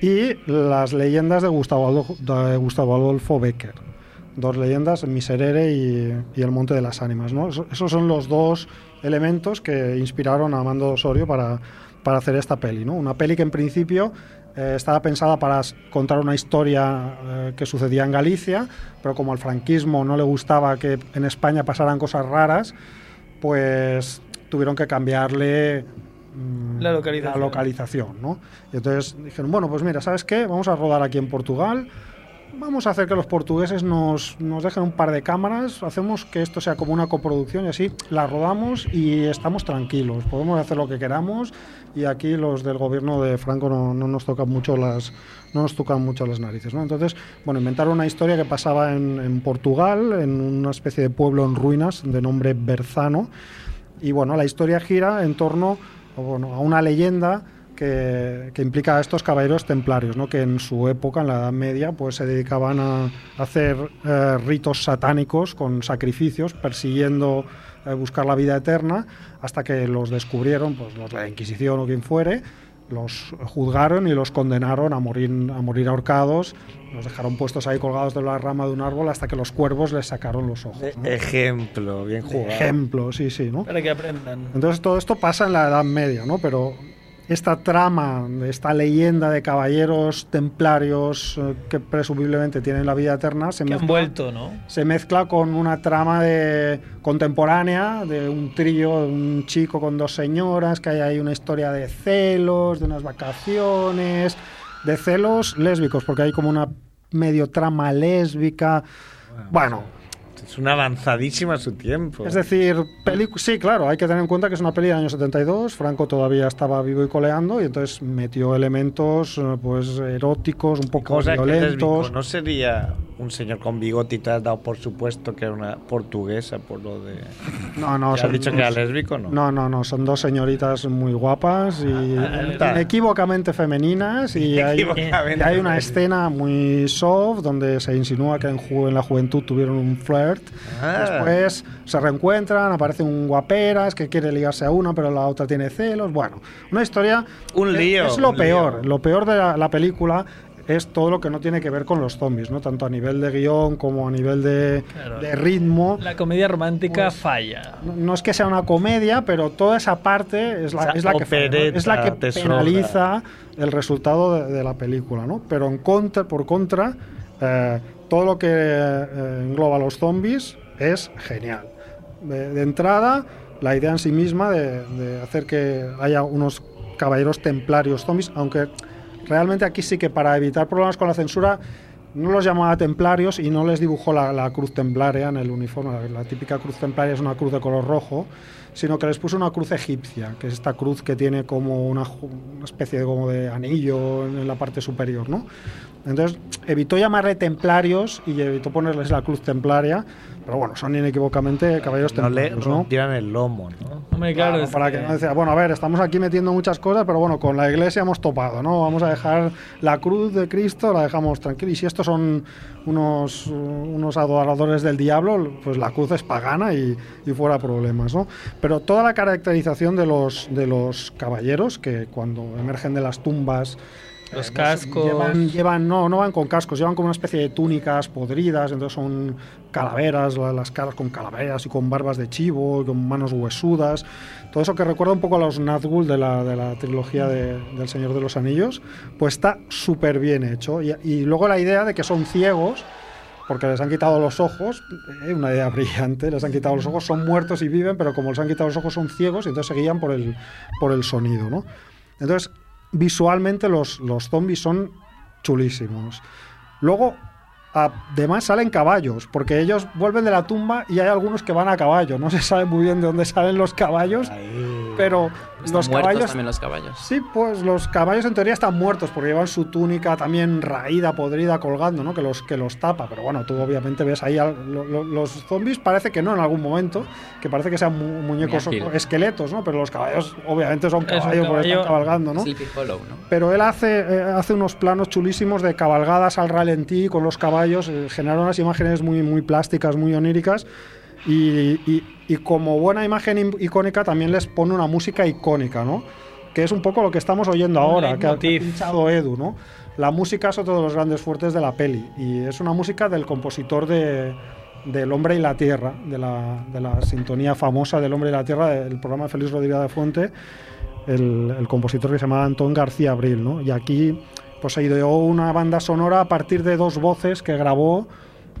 y las leyendas de Gustavo, Adolfo, de Gustavo Adolfo Becker. Dos leyendas, Miserere y, y El Monte de las Ánimas. ¿no? Eso- Esos son los dos elementos que inspiraron a Amando de Osorio para, para hacer esta peli. ¿no? Una peli que en principio eh, estaba pensada para s- contar una historia eh, que sucedía en Galicia, pero como al franquismo no le gustaba que en España pasaran cosas raras, pues tuvieron que cambiarle mm,
La localización.
la localización, ¿no? Y entonces dijeron, bueno, pues mira, ¿sabes qué? Vamos a rodar aquí en Portugal, vamos a hacer que los portugueses nos, nos dejen un par de cámaras, hacemos que esto sea como una coproducción y así la rodamos y estamos tranquilos, podemos hacer lo que queramos y aquí los del gobierno de Franco no, no nos tocan mucho las no nos tocan mucho las narices, ¿no? Entonces, bueno, inventaron una historia que pasaba en, en Portugal, en una especie de pueblo en ruinas de nombre Berzano, y bueno, la historia gira en torno o bueno, a una leyenda que, que implica a estos caballeros templarios, ¿no? que en su época, en la Edad Media, pues se dedicaban a hacer eh, ritos satánicos con sacrificios, persiguiendo eh, buscar la vida eterna, hasta que los descubrieron, pues los de la Inquisición o quien fuere, los juzgaron y los condenaron a morir, a morir ahorcados, los dejaron puestos ahí colgados de la rama de un árbol hasta que los cuervos les sacaron los ojos. ¿no?
Ejemplo, bien jugado.
Ejemplo, sí, sí, ¿no?
Para que aprendan.
Entonces todo esto pasa en la Edad Media, ¿no? Pero esta trama, esta leyenda de caballeros templarios eh, que presumiblemente tienen la vida eterna se
Que han
mezcla,
vuelto, ¿no?
se mezcla con una trama de, contemporánea de un trío, un chico con dos señoras, que hay ahí una historia de celos, de unas vacaciones, de celos lésbicos, porque hay como una medio trama lésbica. Bueno,
Es una avanzadísima a su tiempo.
es decir, pelicu- sí, claro, hay que tener en cuenta que es una peli del año 72, Franco todavía estaba vivo y coleando y entonces metió elementos eh, pues eróticos, un poco
Cosa que dices,
violentos.
Vico, no sería un señor con bigote y te has dado por supuesto que era una portuguesa por lo de.
No, no,
¿Has
son-
dicho que era lésbico no?
No, no, no, son dos señoritas muy guapas y
ah, ah.
equívocamente femeninas y hay,
Equívocamente
y hay una
femeninas.
escena muy soft donde se insinúa que en, ju- en la juventud tuvieron un flirt.
Ah.
Después se reencuentran, aparece un guaperas que quiere ligarse a una pero la otra tiene celos. Bueno, una historia...
Un
es-
lío,
Es, lo
un
peor,
lío.
lo peor de la, la película es todo lo que no tiene que ver con los zombies, ¿no? Tanto a nivel de guión como a nivel de,
Claro.
de ritmo.
La comedia romántica
Pues,
falla.
No- no es que sea una comedia, pero toda esa parte es la,
Esa
es la que, falla, ¿no?
opereta
es la que
te sobra.
penaliza el resultado de, de la película, ¿no? Pero en contra, por contra, eh, todo lo que eh, engloba los zombies es genial. De, de entrada, la idea en sí misma de, de hacer que haya unos caballeros templarios zombies, aunque realmente aquí sí que para evitar problemas con la censura no los llamaba templarios y no les dibujó la, la cruz templaria en el uniforme. La, la típica cruz templaria es una cruz de color rojo, sino que les puso una cruz egipcia, que es esta cruz que tiene como una, ju- una especie de, como de anillo en, en la parte superior, ¿no? Entonces evitó llamarle templarios y evitó ponerles la cruz templaria, pero bueno, son inequívocamente caballeros
No le
templarios, ¿no?
rompieran el lomo, ¿no?
Hombre, claro,
Claro,
es
para que no decía, bueno, a ver, estamos aquí metiendo muchas cosas, pero bueno, con la iglesia hemos topado, ¿no? Vamos a dejar la cruz de Cristo, la dejamos tranquila. Y si estos son unos, eh, unos adoradores del diablo, pues la cruz es pagana y, y fuera problemas, ¿no? Pero toda la caracterización de los, de los caballeros, que cuando emergen de las tumbas...
Los
eh,
cascos.
Llevan, llevan- no, no van con cascos, llevan como una especie de túnicas podridas, entonces son calaveras, la- las caras con calaveras y con barbas de chivo, y con manos huesudas, todo eso que recuerda un poco a los Nazgûl de la, de la trilogía de- del Señor de los Anillos, pues está súper bien hecho. Y, y luego la idea de que son ciegos, porque les han quitado los ojos, eh, una idea <laughs> brillante, les han quitado los ojos, son muertos y viven, pero como les han quitado los ojos son ciegos y entonces se guían por el, por el sonido, ¿no? Entonces, visualmente los, los zombies son chulísimos. Luego, además salen caballos, porque ellos vuelven de la tumba y hay algunos que van a caballo. No se sabe muy bien de dónde salen los caballos, pero
Están
los
muertos
caballos...
también los caballos.
Sí, pues los caballos en teoría están muertos porque llevan su túnica también raída, podrida, colgando, ¿no? Que los, que los tapa. Pero bueno, tú obviamente ves ahí al- lo- lo- los zombies, parece que no en algún momento, que parece que sean mu- muñecos
Mira, Gil.
esqueletos, ¿no? Pero los caballos obviamente son
Es un
caballos porque están
caballo-
cabalgando, ¿no?
Es el Piccolo, ¿no?
Pero él hace, eh, hace unos planos chulísimos de cabalgadas al ralentí con los caballos, eh, genera unas imágenes muy, muy plásticas, muy oníricas. Y, y- y como buena imagen im- icónica también les pone una música icónica, ¿no? Que es un poco lo que estamos oyendo
Un
ahora, que ha que ha
leitmotiv.
pinchado Edu, ¿no? La música es otro de los grandes fuertes de la peli y es una música del compositor de del Hombre y la Tierra, de la, de la sintonía famosa del Hombre y la Tierra, del programa de Félix Rodríguez de Fuente, el, el compositor que se llamaba Antón García Abril, ¿no? Y aquí pues se ideó una banda sonora a partir de dos voces que grabó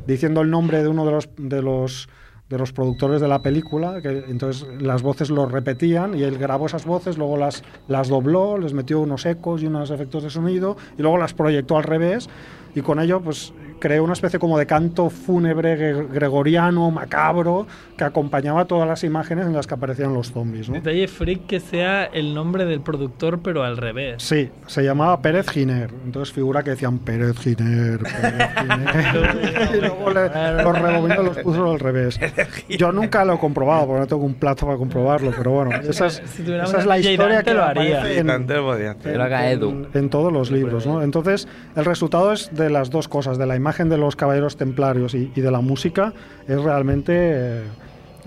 diciendo el nombre de uno de los de los de los productores de la película, que entonces las voces lo repetían y él grabó esas voces, luego las, las dobló, les metió unos ecos y unos efectos de sonido y luego las proyectó al revés y con ello pues creó una especie como de canto fúnebre gre- gregoriano, macabro, que acompañaba todas las imágenes en las que aparecían los zombies. ¿no?
Detalle freak que sea el nombre del productor, pero al revés.
Sí, se llamaba Pérez Giner. Entonces figura que decían Pérez Giner, Pérez Giner. <laughs> y luego le- los rebobinó los puso al revés. Yo nunca lo he comprobado porque no tengo un plato para comprobarlo, pero bueno, esa es,
Si tuviéramos
esa es la
a Jay
historia
Dante,
que
lo haría.
aparece en- en- en- En todos los libros, ¿no? Entonces, el resultado es de las dos cosas, de la imagen de los caballeros templarios y, y de la música, es realmente eh,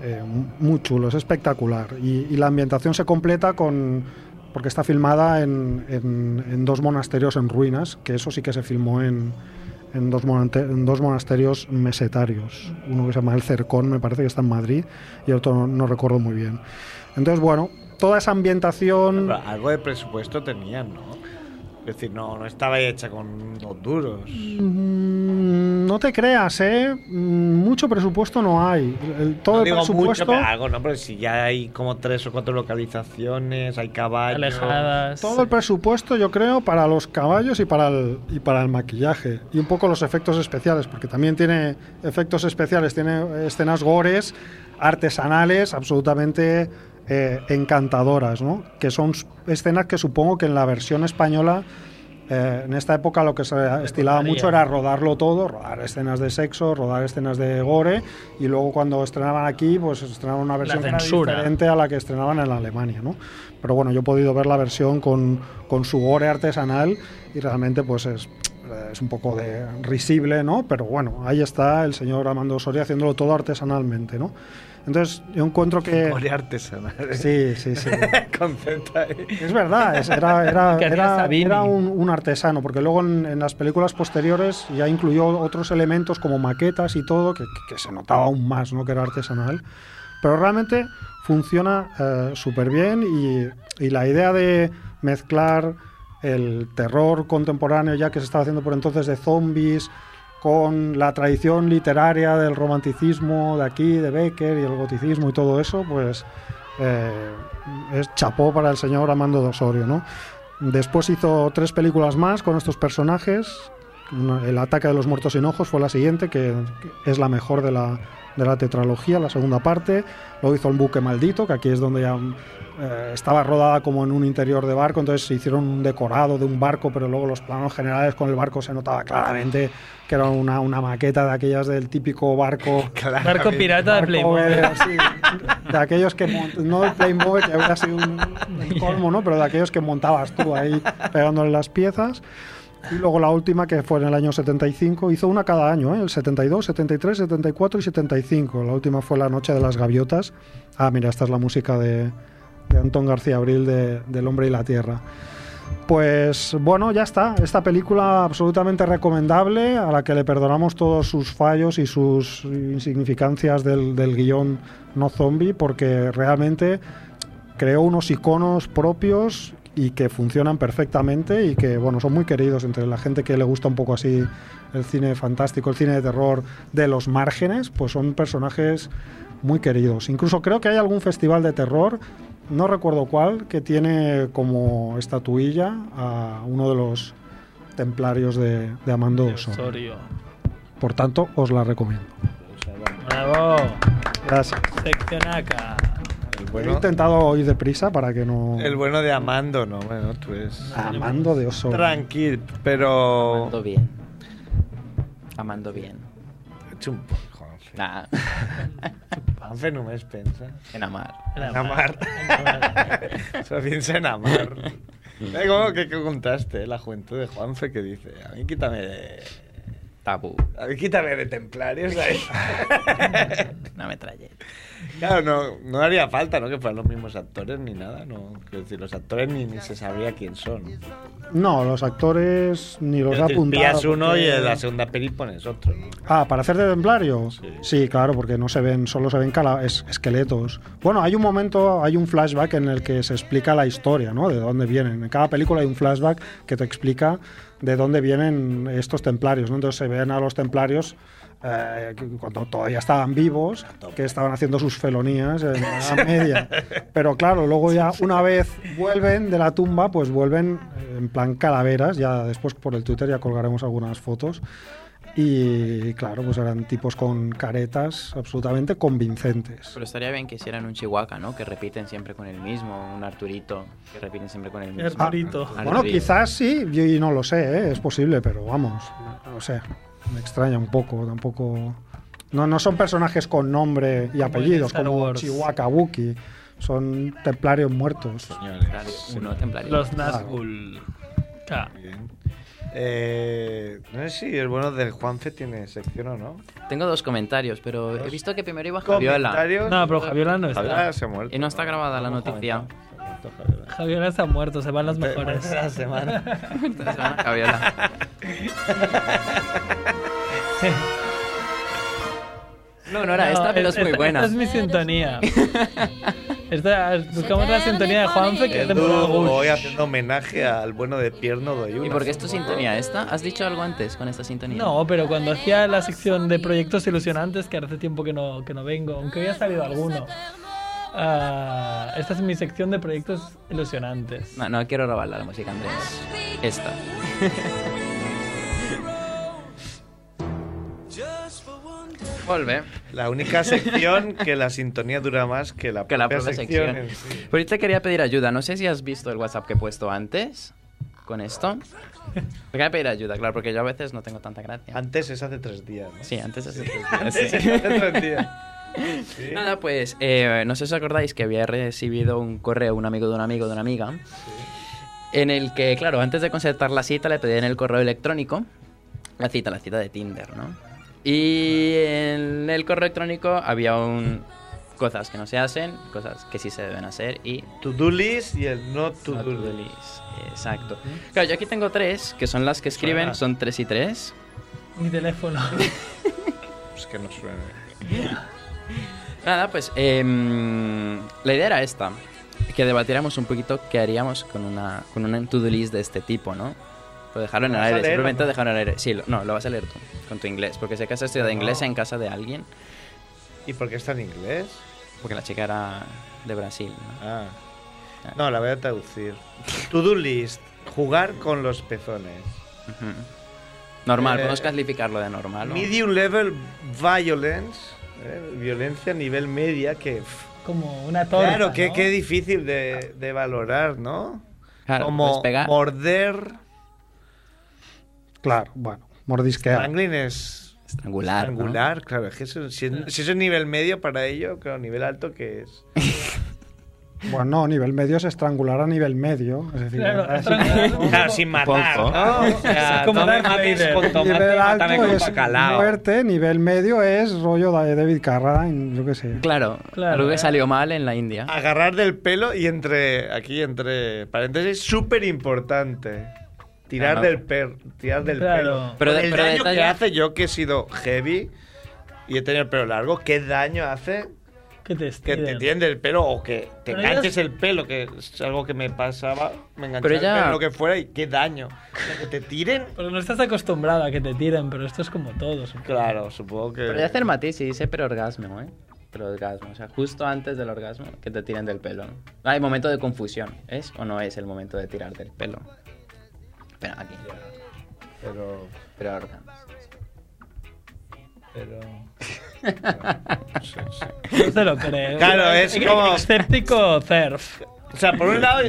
eh, muy chulo, es espectacular. Y, y la ambientación se completa con porque está filmada en, en- en dos monasterios en ruinas, que eso sí que se filmó en, en dos, monante- en dos monasterios mesetarios. Uno que se llama El Cercón, me parece que está en Madrid, y otro no, no recuerdo muy bien. Entonces, bueno, toda esa ambientación...
Pero algo de presupuesto tenían, ¿no? Es decir, no, no estaba hecha con dos duros.
Mm, no te creas, ¿eh? Mm, Mucho presupuesto no hay. El- todo
No
el
digo
presupuesto.
mucho, pero algo, ¿no? Pero si ya hay como tres o cuatro localizaciones, hay caballos.
Todo el presupuesto, yo creo, para los caballos y para, el, y para el maquillaje. Y un poco los efectos especiales, porque también tiene efectos especiales, tiene escenas gores, artesanales, absolutamente eh, encantadoras, ¿no? Que son s- escenas que supongo que en la versión española, eh, en esta época lo que se estilaba
María.
mucho era rodarlo todo, rodar escenas de sexo, rodar escenas de gore, y luego cuando estrenaban aquí, pues estrenaban una versión que era
censura.
diferente diferente a la que estrenaban en Alemania, ¿no? Pero bueno, yo he podido ver la versión con, con su gore artesanal y realmente pues es, es un poco de risible, ¿no? Pero bueno, ahí está el señor Armando Soria haciéndolo todo artesanalmente, ¿no? Entonces yo encuentro
<laughs>
que...
Gore artesanal.
Sí, sí, sí.
<laughs> Concepto ahí.
Es verdad, es- era, era,
<laughs> Que haría
era-
Sabini.
era un, un artesano, porque luego en, en las películas posteriores ya incluyó otros elementos como maquetas y todo, que, que se notaba aún más ¿no? que era artesanal. Pero realmente funciona eh, súper bien y, y la idea de mezclar el terror contemporáneo ya que se estaba haciendo por entonces de zombies con la tradición literaria del romanticismo de aquí, de Becker y el goticismo y todo eso, pues eh, es chapó para el señor Amando de Osorio, ¿no? Después hizo tres películas más con estos personajes. Una- el ataque de los muertos sin ojos fue la siguiente, que, que es la mejor de la, de la tetralogía, la segunda parte. Luego hizo El buque maldito, que aquí es donde ya eh, estaba rodada como en un interior de barco, entonces se hicieron un decorado de un barco, pero luego los planos generales con el barco se notaba claramente que era una, una maqueta de aquellas del típico barco.
<laughs> Barco pirata de
Barco
Playmobil.
de- sí, de aquellos que mont- no el Playmobil que hubiera sido un, un colmo, ¿no? Pero de aquellos que montabas tú ahí pegándole las piezas. Y luego la última que fue en el año 75, hizo una cada año, ¿eh? el 72, 73, 74 y 75. La última fue La Noche de las Gaviotas. Ah, mira, esta es la música de, de Antón García Abril de, del Hombre y la Tierra. Pues bueno, ya está. Esta película absolutamente recomendable, a la que le perdonamos todos sus fallos y sus insignificancias del, del guión no zombie, porque realmente creó unos iconos propios y que funcionan perfectamente y que bueno son muy queridos entre la gente que le gusta un poco así el cine fantástico, el cine de terror de los márgenes, pues son personajes muy queridos. Incluso creo que hay algún festival de terror, no recuerdo cuál, que tiene como estatuilla a uno de los templarios de, de Amando Osorio.
Osorio.
Por tanto, os la recomiendo.
Bravo.
Gracias.
Seccionaca.
He intentado ir deprisa para que no...
El bueno de Amando, no, bueno, tú es.
Amando de Osorio.
Tranquil, pero. Amando
bien. Amando bien.
Chumpo, joder.
Nah.
Juanfe no me pensa.
En amar.
En amar. <laughs> Se piensa en amar. Eh, ¿Cómo que que contaste? eh? La juventud de Juanfe que dice, a mí quítame de...
Tabú.
A mí quítame de templarios ahí.
Una metralla.
Claro, no, no haría falta, ¿no? Que fueran los mismos actores ni nada, ¿no? Quiero decir, los actores ni, ni se sabría quién son.
No, los actores ni los
Quiero
ha
decir,
apuntado.
Pillas uno y
porque-
en la segunda peli pones otro.
Ah, para hacer de templario. Sí. claro, porque no se ven, solo se ven cala- es- esqueletos. Bueno, hay un momento, hay un flashback en el que se explica la historia, ¿no? De dónde vienen. En cada película hay un flashback que te explica de dónde vienen estos templarios, ¿no? Entonces se ven a los templarios eh, cuando todavía estaban vivos, que estaban haciendo sus felonías en la Edad media. Pero claro, luego ya una vez vuelven de la tumba, pues vuelven en plan calaveras. Ya después por el Twitter ya colgaremos algunas fotos. Y claro, pues eran tipos con caretas absolutamente convincentes.
Pero estaría bien que hicieran un Chihuahua, ¿no? Que repiten siempre con el mismo, un Arturito, que repiten siempre con el mismo.
Ah, bueno, quizás sí, yo y no lo sé, ¿eh? es posible, pero vamos, no lo sé. Me extraña un poco, tampoco. No, no son personajes con nombre y apellidos,
Star
como
Wars.
Chihuahua, Wookiee. Son templarios muertos.
<laughs>
Uno templario.
Los Nazgul. Ca.
Eh, no sé si el bueno de Juanfe tiene sección o no.
Tengo dos comentarios, pero he visto que primero iba Javiola.
¿Comentarios?
No, pero Javiola no está.
Javiola se ha muerto.
Y no está grabada la noticia.
Javiola está muerto, se van las
Te-
mejores.
la semana.
Javiola. <laughs> No, no era esta, pero es, muy buena. <laughs>
Esta es mi sintonía. Esta, buscamos la sintonía de Juanfe que es temporada
Edu,
Bush.
hoy haciendo homenaje al bueno de Pierno Doyuna.
¿Y por qué es tu sintonía esta? ¿Has dicho algo antes con esta sintonía?
No, pero cuando hacía la sección de proyectos ilusionantes, que hace tiempo que no, que no vengo, aunque hoy ha salido alguno. Ah, esta es mi sección de proyectos ilusionantes.
No, no quiero robarla la música, Andrés. Esta. Volve.
La única sección que la sintonía dura más que la
que la
propia
propia
sección.
sección.
en sí.
Pero yo te quería pedir ayuda. No sé si has visto el WhatsApp que he puesto antes con esto. Me quería pedir ayuda, claro, porque yo a veces no tengo tanta gracia.
Antes es hace tres días. ¿no?
Sí, antes es
<laughs> Antes es hace tres días. Sí.
Nada, pues, eh, no sé si os acordáis que había recibido un correo, un amigo de un amigo de una amiga, en el que, claro, antes de concertar la cita le pedí en el correo electrónico la cita, la cita de Tinder, ¿no? Y en el correo electrónico había un... Cosas que no se hacen, cosas que sí se deben hacer y...
To-do list y el no to-do
list. Exacto. Claro, yo aquí tengo tres, que son las que escriben,
Ah,
Suena.
son tres y tres.
Mi teléfono. <laughs>
Pues que no suene.
Nada, pues em, la idea era esta, que debatiéramos un poquito qué haríamos con una con un to-do list de este tipo, ¿no? Pues dejarlo en
¿Lo
el
vas a
aire,
leer o
simplemente
no?
dejarlo en el aire. Sí, lo- no, lo vas a leer tú, con tu inglés, porque si acaso has estudiado
No.
inglés en casa de alguien,
¿Y por qué está en inglés?
porque la chica era de Brasil, ¿no?
Ah. No, la voy a traducir. To-do list. Jugar con los pezones.
Ujú. Normal,
Eh,
podemos clasificarlo de normal. ¿no?
Medium level violence. eh, Violencia a nivel media que... pff,
Como una torta.
claro, qué,
¿no?
qué difícil de, de valorar, ¿no?
Claro,
Como
puedes pegar.
morder...
Claro, bueno, mordisquear.
Strangling es...
Estrangular, ¿no?
Angular, claro. Es que eso- si, es- si es el nivel medio para ello, claro, nivel alto que es.
Bueno, a nivel medio es estrangular a nivel medio. Es decir,
Claro,
Ah,
así-
<laughs> Claro, sin matar. ¿no? O sea,
Ah, Como
no me
Darth
mates
Vader.
con tomate,
nivel
mátame
alto
con
es
bacalao.
muerte, nivel medio es rollo de David Carradine, yo qué sé.
Claro,
Claro,
algo que
eh.
salió mal en la India.
Agarrar del pelo y entre. Aquí, entre paréntesis, súper importante. Tirar
Ah, no.
del, per, tirar del
Claro.
pelo.
Pero de-
Con el
pero
daño
detalle-
que hace yo, que he sido heavy y he tenido el pelo largo, ¿qué daño hace
Que te
que te
estiren.
tiende el pelo o que te
Pero
enganches
ellas-
el pelo? Que es algo que me pasaba. Me enganchaba
Pero
el
ella-
pelo, lo que fuera, y qué daño. O sea, que te tiren.
Pero no estás acostumbrado a que te tiren, pero esto es como todos.
Claro, supongo que.
Pero ya hace el matiz y dice perorgasmo, ¿eh? Perorgasmo, o sea, justo antes del orgasmo que te tiren del pelo. ¿no? Hay momento de confusión, ¿es o no es el momento de tirar del pelo? Espera, aquí.
Pero.
Perorgasmo.
pero...
<laughs> No te lo creo.
Claro, es como-
Escéptico CERF.
O sea, por un lado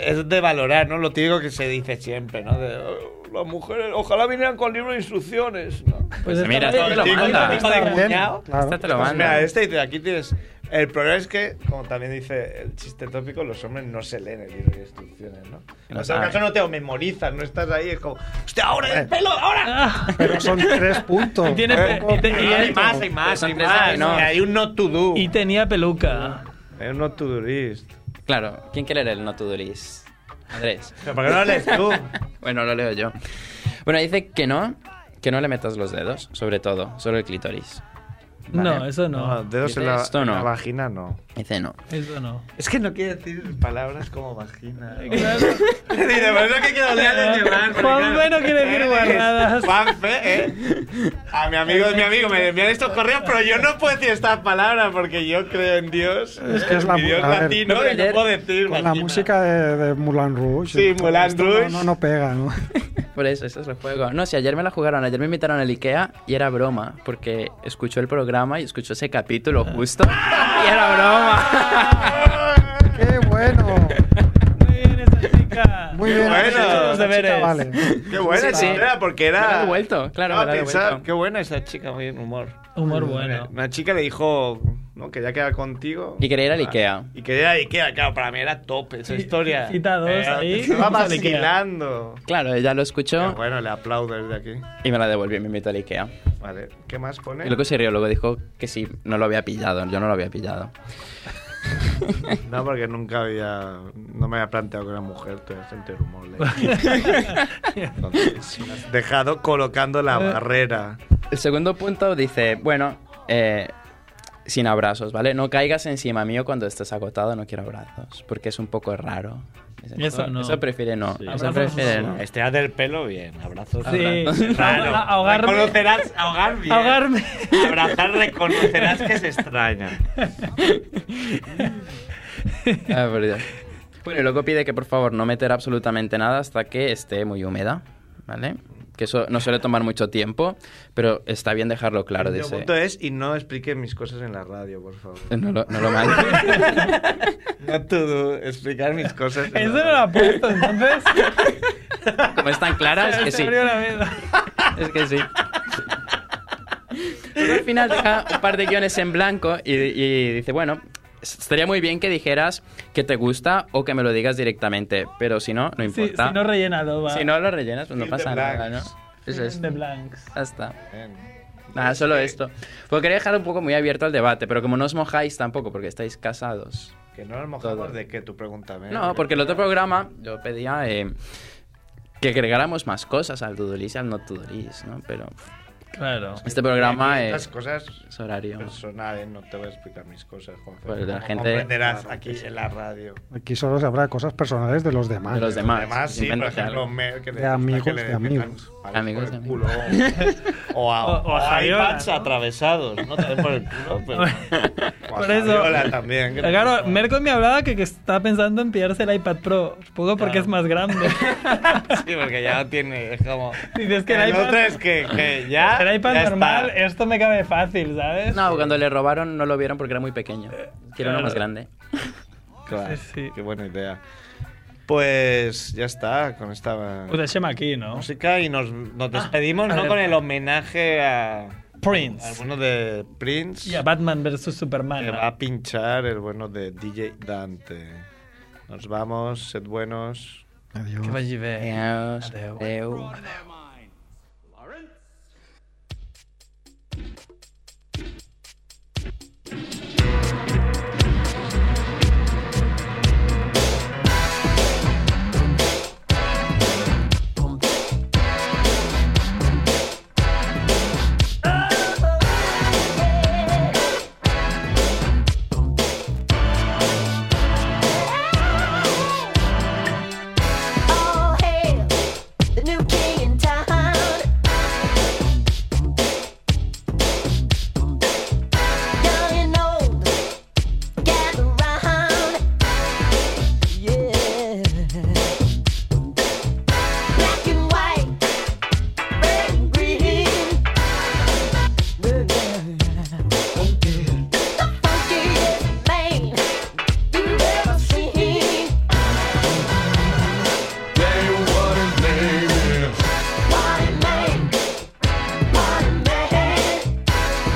es de valorar, ¿no? Lo típico que se dice siempre, ¿no? De, "Oh, las mujeres, ojalá vinieran con libro de instrucciones, ¿no?
Pues
esta
mira,
vez
esta te lo
tengo
manda.
una
Hijo de
lista de-
cuñado.
Esta te lo
Pues mira,
manda.
este dice, aquí tienes... El problema es que, como también dice el chiste tópico, los hombres no se leen el libro de instrucciones, ¿no?
No
o sea,
saben.
acaso no te lo memorizas, no estás ahí, es como, ¡hostia, ahora el pelo, ahora!
Pero son
<laughs>
tres puntos.
Ah, Y tiene pe- y te- y
Y hay
es-
más, hay más,
Son
hay
tres
más.
años, ¿no?
Y Hay un not to do.
Y tenía peluca.
Hay un not to do list.
Claro, ¿quién quiere leer el no to do list? Andrés.
Pero ¿Por qué no lo lees tú?
<laughs> Bueno, lo leo yo. Bueno, dice que no, que no le metas los dedos, sobre todo, solo el clítoris. Vale.
No, eso no.
dedos en
Dice
la,
esto,
en
no.
la vagina no.
Dice no.
Eso no.
Es que no quiere decir palabras como vagina. <laughs>
Claro.
Dice, por eso que
<laughs>
quiero hablar de llevar. porque
Juanfe
claro,
no quiere decir
eres
guarradas.
Juanfe, ¿eh? A mi amigo es mi amigo, me envían estos correos, pero yo no puedo decir estas palabras porque yo creo en Dios.
Es que es la
mi Dios
mu- a ver.
latino y no puedo decir
Con la
vagina.
música de, de Moulin Rouge.
Sí, Moulin
Esto
Rouge.
No, no, no pega, ¿no? <laughs>
Por eso, ese es el juego. No, si ayer me la jugaron, ayer me invitaron al IKEA y era broma, porque escuchó el programa y escuchó ese capítulo justo. Y era broma.
¡Qué bueno!
Muy bien, esa chica.
Muy bien.
Bueno,
has hecho los
la chica
deberes.
vale.
Qué buena
Sí, sí.
esa idea, porque
Me la
era.
he devuelto, claro,
Estaba
me la he
pensando,
devuelto.
Qué buena esa chica, muy bien, humor.
Humor bueno.
Una chica le dijo, ¿no? Quería quedar contigo.
Y quería ir al
Ah,
Ikea.
Y quería ir al Ikea, claro, para mí era top esa
Sí,
historia. Eh,
cita dos ahí,
Se va
vamos al Ikea.
vacilando.
Claro, ella lo escuchó
Pero Ah, bueno, le aplaudo desde aquí.
y me la devolvió y me invitó al IKEA.
Vale, ¿qué más pone?
Y luego se rió, luego dijo que sí, no lo había pillado, yo no lo había pillado.
<laughs> No, porque nunca había. No me había planteado que era mujer, tú eres gente de humor. le-
<laughs>
Entonces, has
Eh,
dejado colocando la barrera.
El segundo punto dice, bueno, eh, sin abrazos, ¿vale? No caigas encima mío cuando estés agotado, no quiero abrazos, porque es un poco raro.
Eso no.
Eso prefiere no.
Sí.
Eso
Abrazos
prefiere
no.
no.
Estirar del pelo bien, abrazos.
Sí.
abrazos. Raro.
Ah, ahogarme.
Reconocerás, ahogar bien.
Ahogarme.
Abrazar, reconocerás que es extraño.
Ah, por Dios. Bueno, y luego pide que por favor no meter absolutamente nada hasta que esté muy húmeda, ¿vale? Que eso no suele tomar mucho tiempo, pero está bien dejarlo claro.
El
Dice,
punto es, y no expliques mis cosas en la radio, por favor.
no lo, no lo mandes.
No tú, explicar mis cosas.
Eso no lo ha puesto,
<laughs>
entonces.
Como es tan clara, Ah, es
Se
que sí.
abrió la veda.
Es que sí. Pero al final deja un par de guiones en blanco y, y dice, bueno, estaría muy bien que dijeras que te gusta o que me lo digas directamente, pero si no,
Sí,
no importa.
si no rellenado, va.
Si no lo rellenas, pues no
Fill
pasa
the
nada, ¿no?
blanks.
Eso es. Ah.
De blanks.
Ya está. Nada,
eh,
solo esto. Porque quería dejar un poco muy abierto al debate, pero como no os mojáis tampoco porque estáis casados.
Que no nos mojamos
Todo.
de que tú pregúntame.
No, porque el otro programa yo pedía eh, que agregáramos más cosas al Tudolis y al No Tudolis, ¿no? Pero
Claro.
este programa
eh.
Las
es,
cosas
es horario.
personales, no te voy a explicar mis cosas, Juan.
Pues la gente-
comprenderás aquí en la radio.
Aquí solo se habrá cosas personales de los demás.
De los demás.
Además, sí, por
Invéntate
ejemplo,
Ah, algo.
me- que le-
De amigos,
que le-
de
que
amigos.
tan- vale,
Amigos,
por el
de
culo. O a,
<laughs> O- o a
o a
Javiola,
iPads
¿no?
atravesados, no te den por el
<laughs>
culo, pero.
o a
Por eso.
Javiola también.
<laughs>
que-
Claro, Merco me hablaba que, que está pensando en pillarse el iPad Pro. Supongo porque
Claro.
es más
<laughs>
grande.
Sí, porque ya tiene. Es como.
Dices que el
el
iPad-
otro es que, que ya.
El iPad
ya está.
normal, eh, esto me cabe fácil, ¿sabes?
No, cuando le robaron no lo vieron porque era muy pequeño. Quiero uno más
Eh,
grande.
Claro,
Sí, sí.
Qué buena idea. Pues ya está, con esta
Pues llama aquí, ¿no?
música y nos, nos despedimos,
a
¿no?
ver.
Con el homenaje a.
Prince.
Al bueno de Prince.
Y a Batman vs Superman.
que
¿no?
va a pinchar el bueno de DJ Dante. Nos vamos, sed buenos.
Que vagi bé.
Adiós.
Adeu.
eh,
Adeu.
All hail the new king in town. Young and old, gather round. Yeah. Black and white, red and green. The funkiest man you've ever seen. Party man, party man,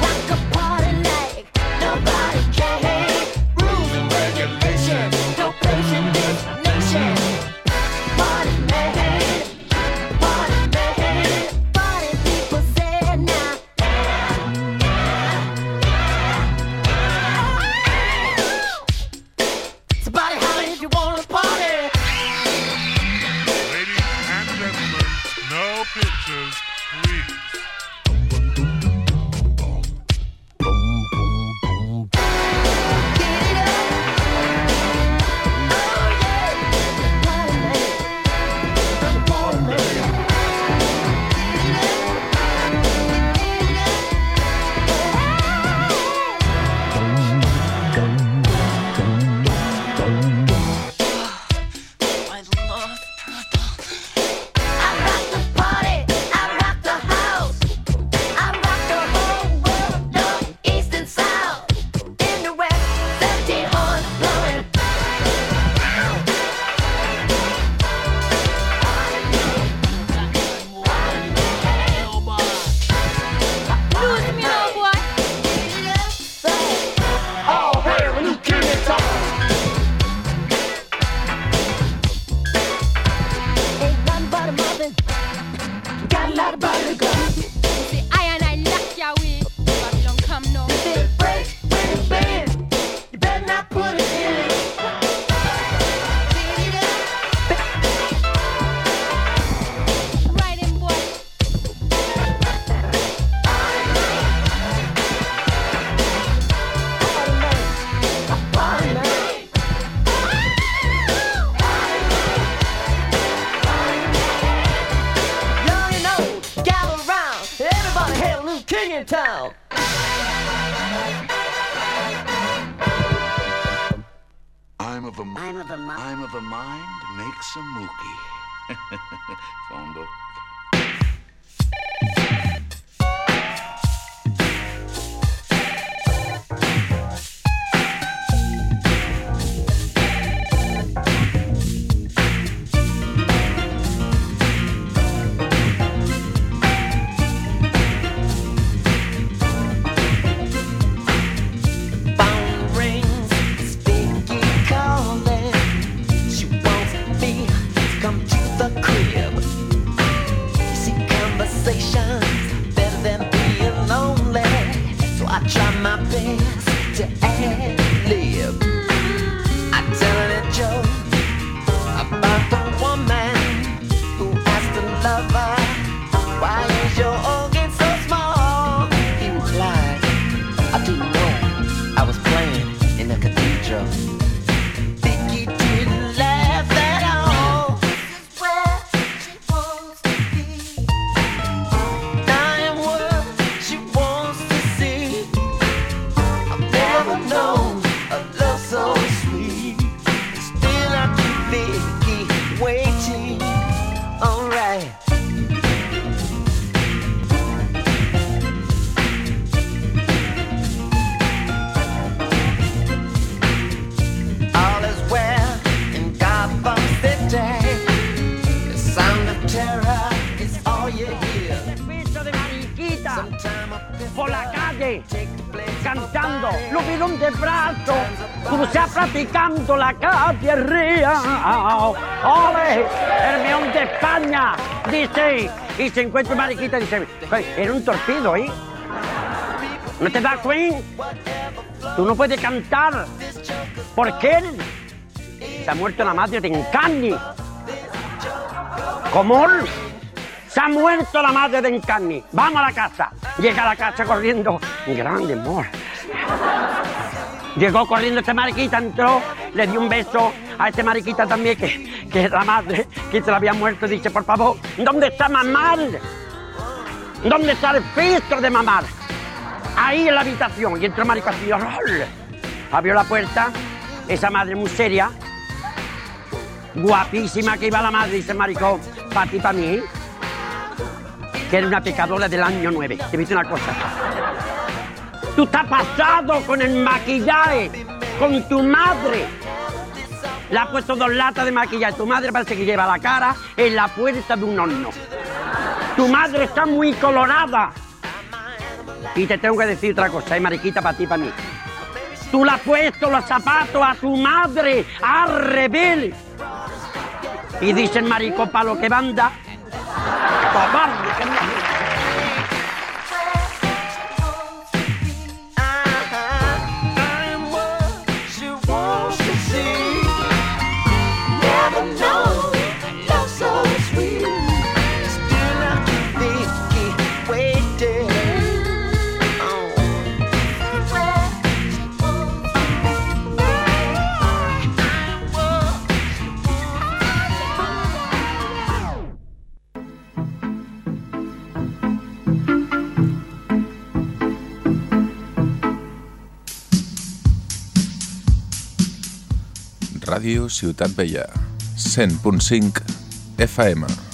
rock a party like nobody can. Rules and regulations, no place in this nation. Party man, party man, party people say now. Somebody holler if you wanna party.
Ladies and gentlemen, no pictures, please.
Got a lot of body to go.
I and I lock your way. Babylon come now.
If it breaks, when it bends, you better Chao.
I'm of a mind. I'm of a mind. I'm of a mind. Make some mookie. Phone book.
Phone rings, Speaky calling. She wants me to come to the crib. You see, conversations better than being lonely. So I try my best to ad lib. I tell her a joke about the woman who asked the lover, Why is your organ so small? He replied, I do know. I was playing in a cathedral. Vicky didn't laugh at all. I am what she wants to see. I'll never know a love so sweet. Still I keep Vicky waiting. Alright. All is well in Gotham City. The sound of terror is all you hear. de mariquita por la calle
cantando Lupinum de brazo cruzá practicando la calle ría ole Hermión de España dice y se encuentra mariquita y dice "Ay, era un torpedo ¿eh? ¿no te das cuenta? tú no puedes cantar porque él se ha muerto la madre de Encarni ¿Cómo? Se ha muerto la madre de Encarni. Vamos a la casa. Llega a la casa corriendo. Grande amor. Llegó corriendo este mariquita, entró, le dio un beso a este mariquita también, que, que es la madre, que se la había muerto. Dice, por favor, ¿dónde está mamar? ¿Dónde está el filtro de mamar? Ahí en la habitación. Y entró el marico así, ¡rol! Abrió la puerta, esa madre muy seria, guapísima que iba la madre, dice el marico, para ti, para mí, que era una pecadora del año 9. Te viste una cosa. Tú estás pasado con el maquillaje, con tu madre. Le has puesto dos latas de maquillaje. Tu madre parece que lleva la cara en la puerta de un horno. Tu madre está muy colorada. Y te tengo que decir otra cosa, ¿eh, mariquita, para ti, para mí. Tú le has puesto los zapatos a tu madre, a rebel. Y dicen marico pa' lo que banda. Cobarde, que no-
Ràdio Ciutat Vella, 100.5 FM.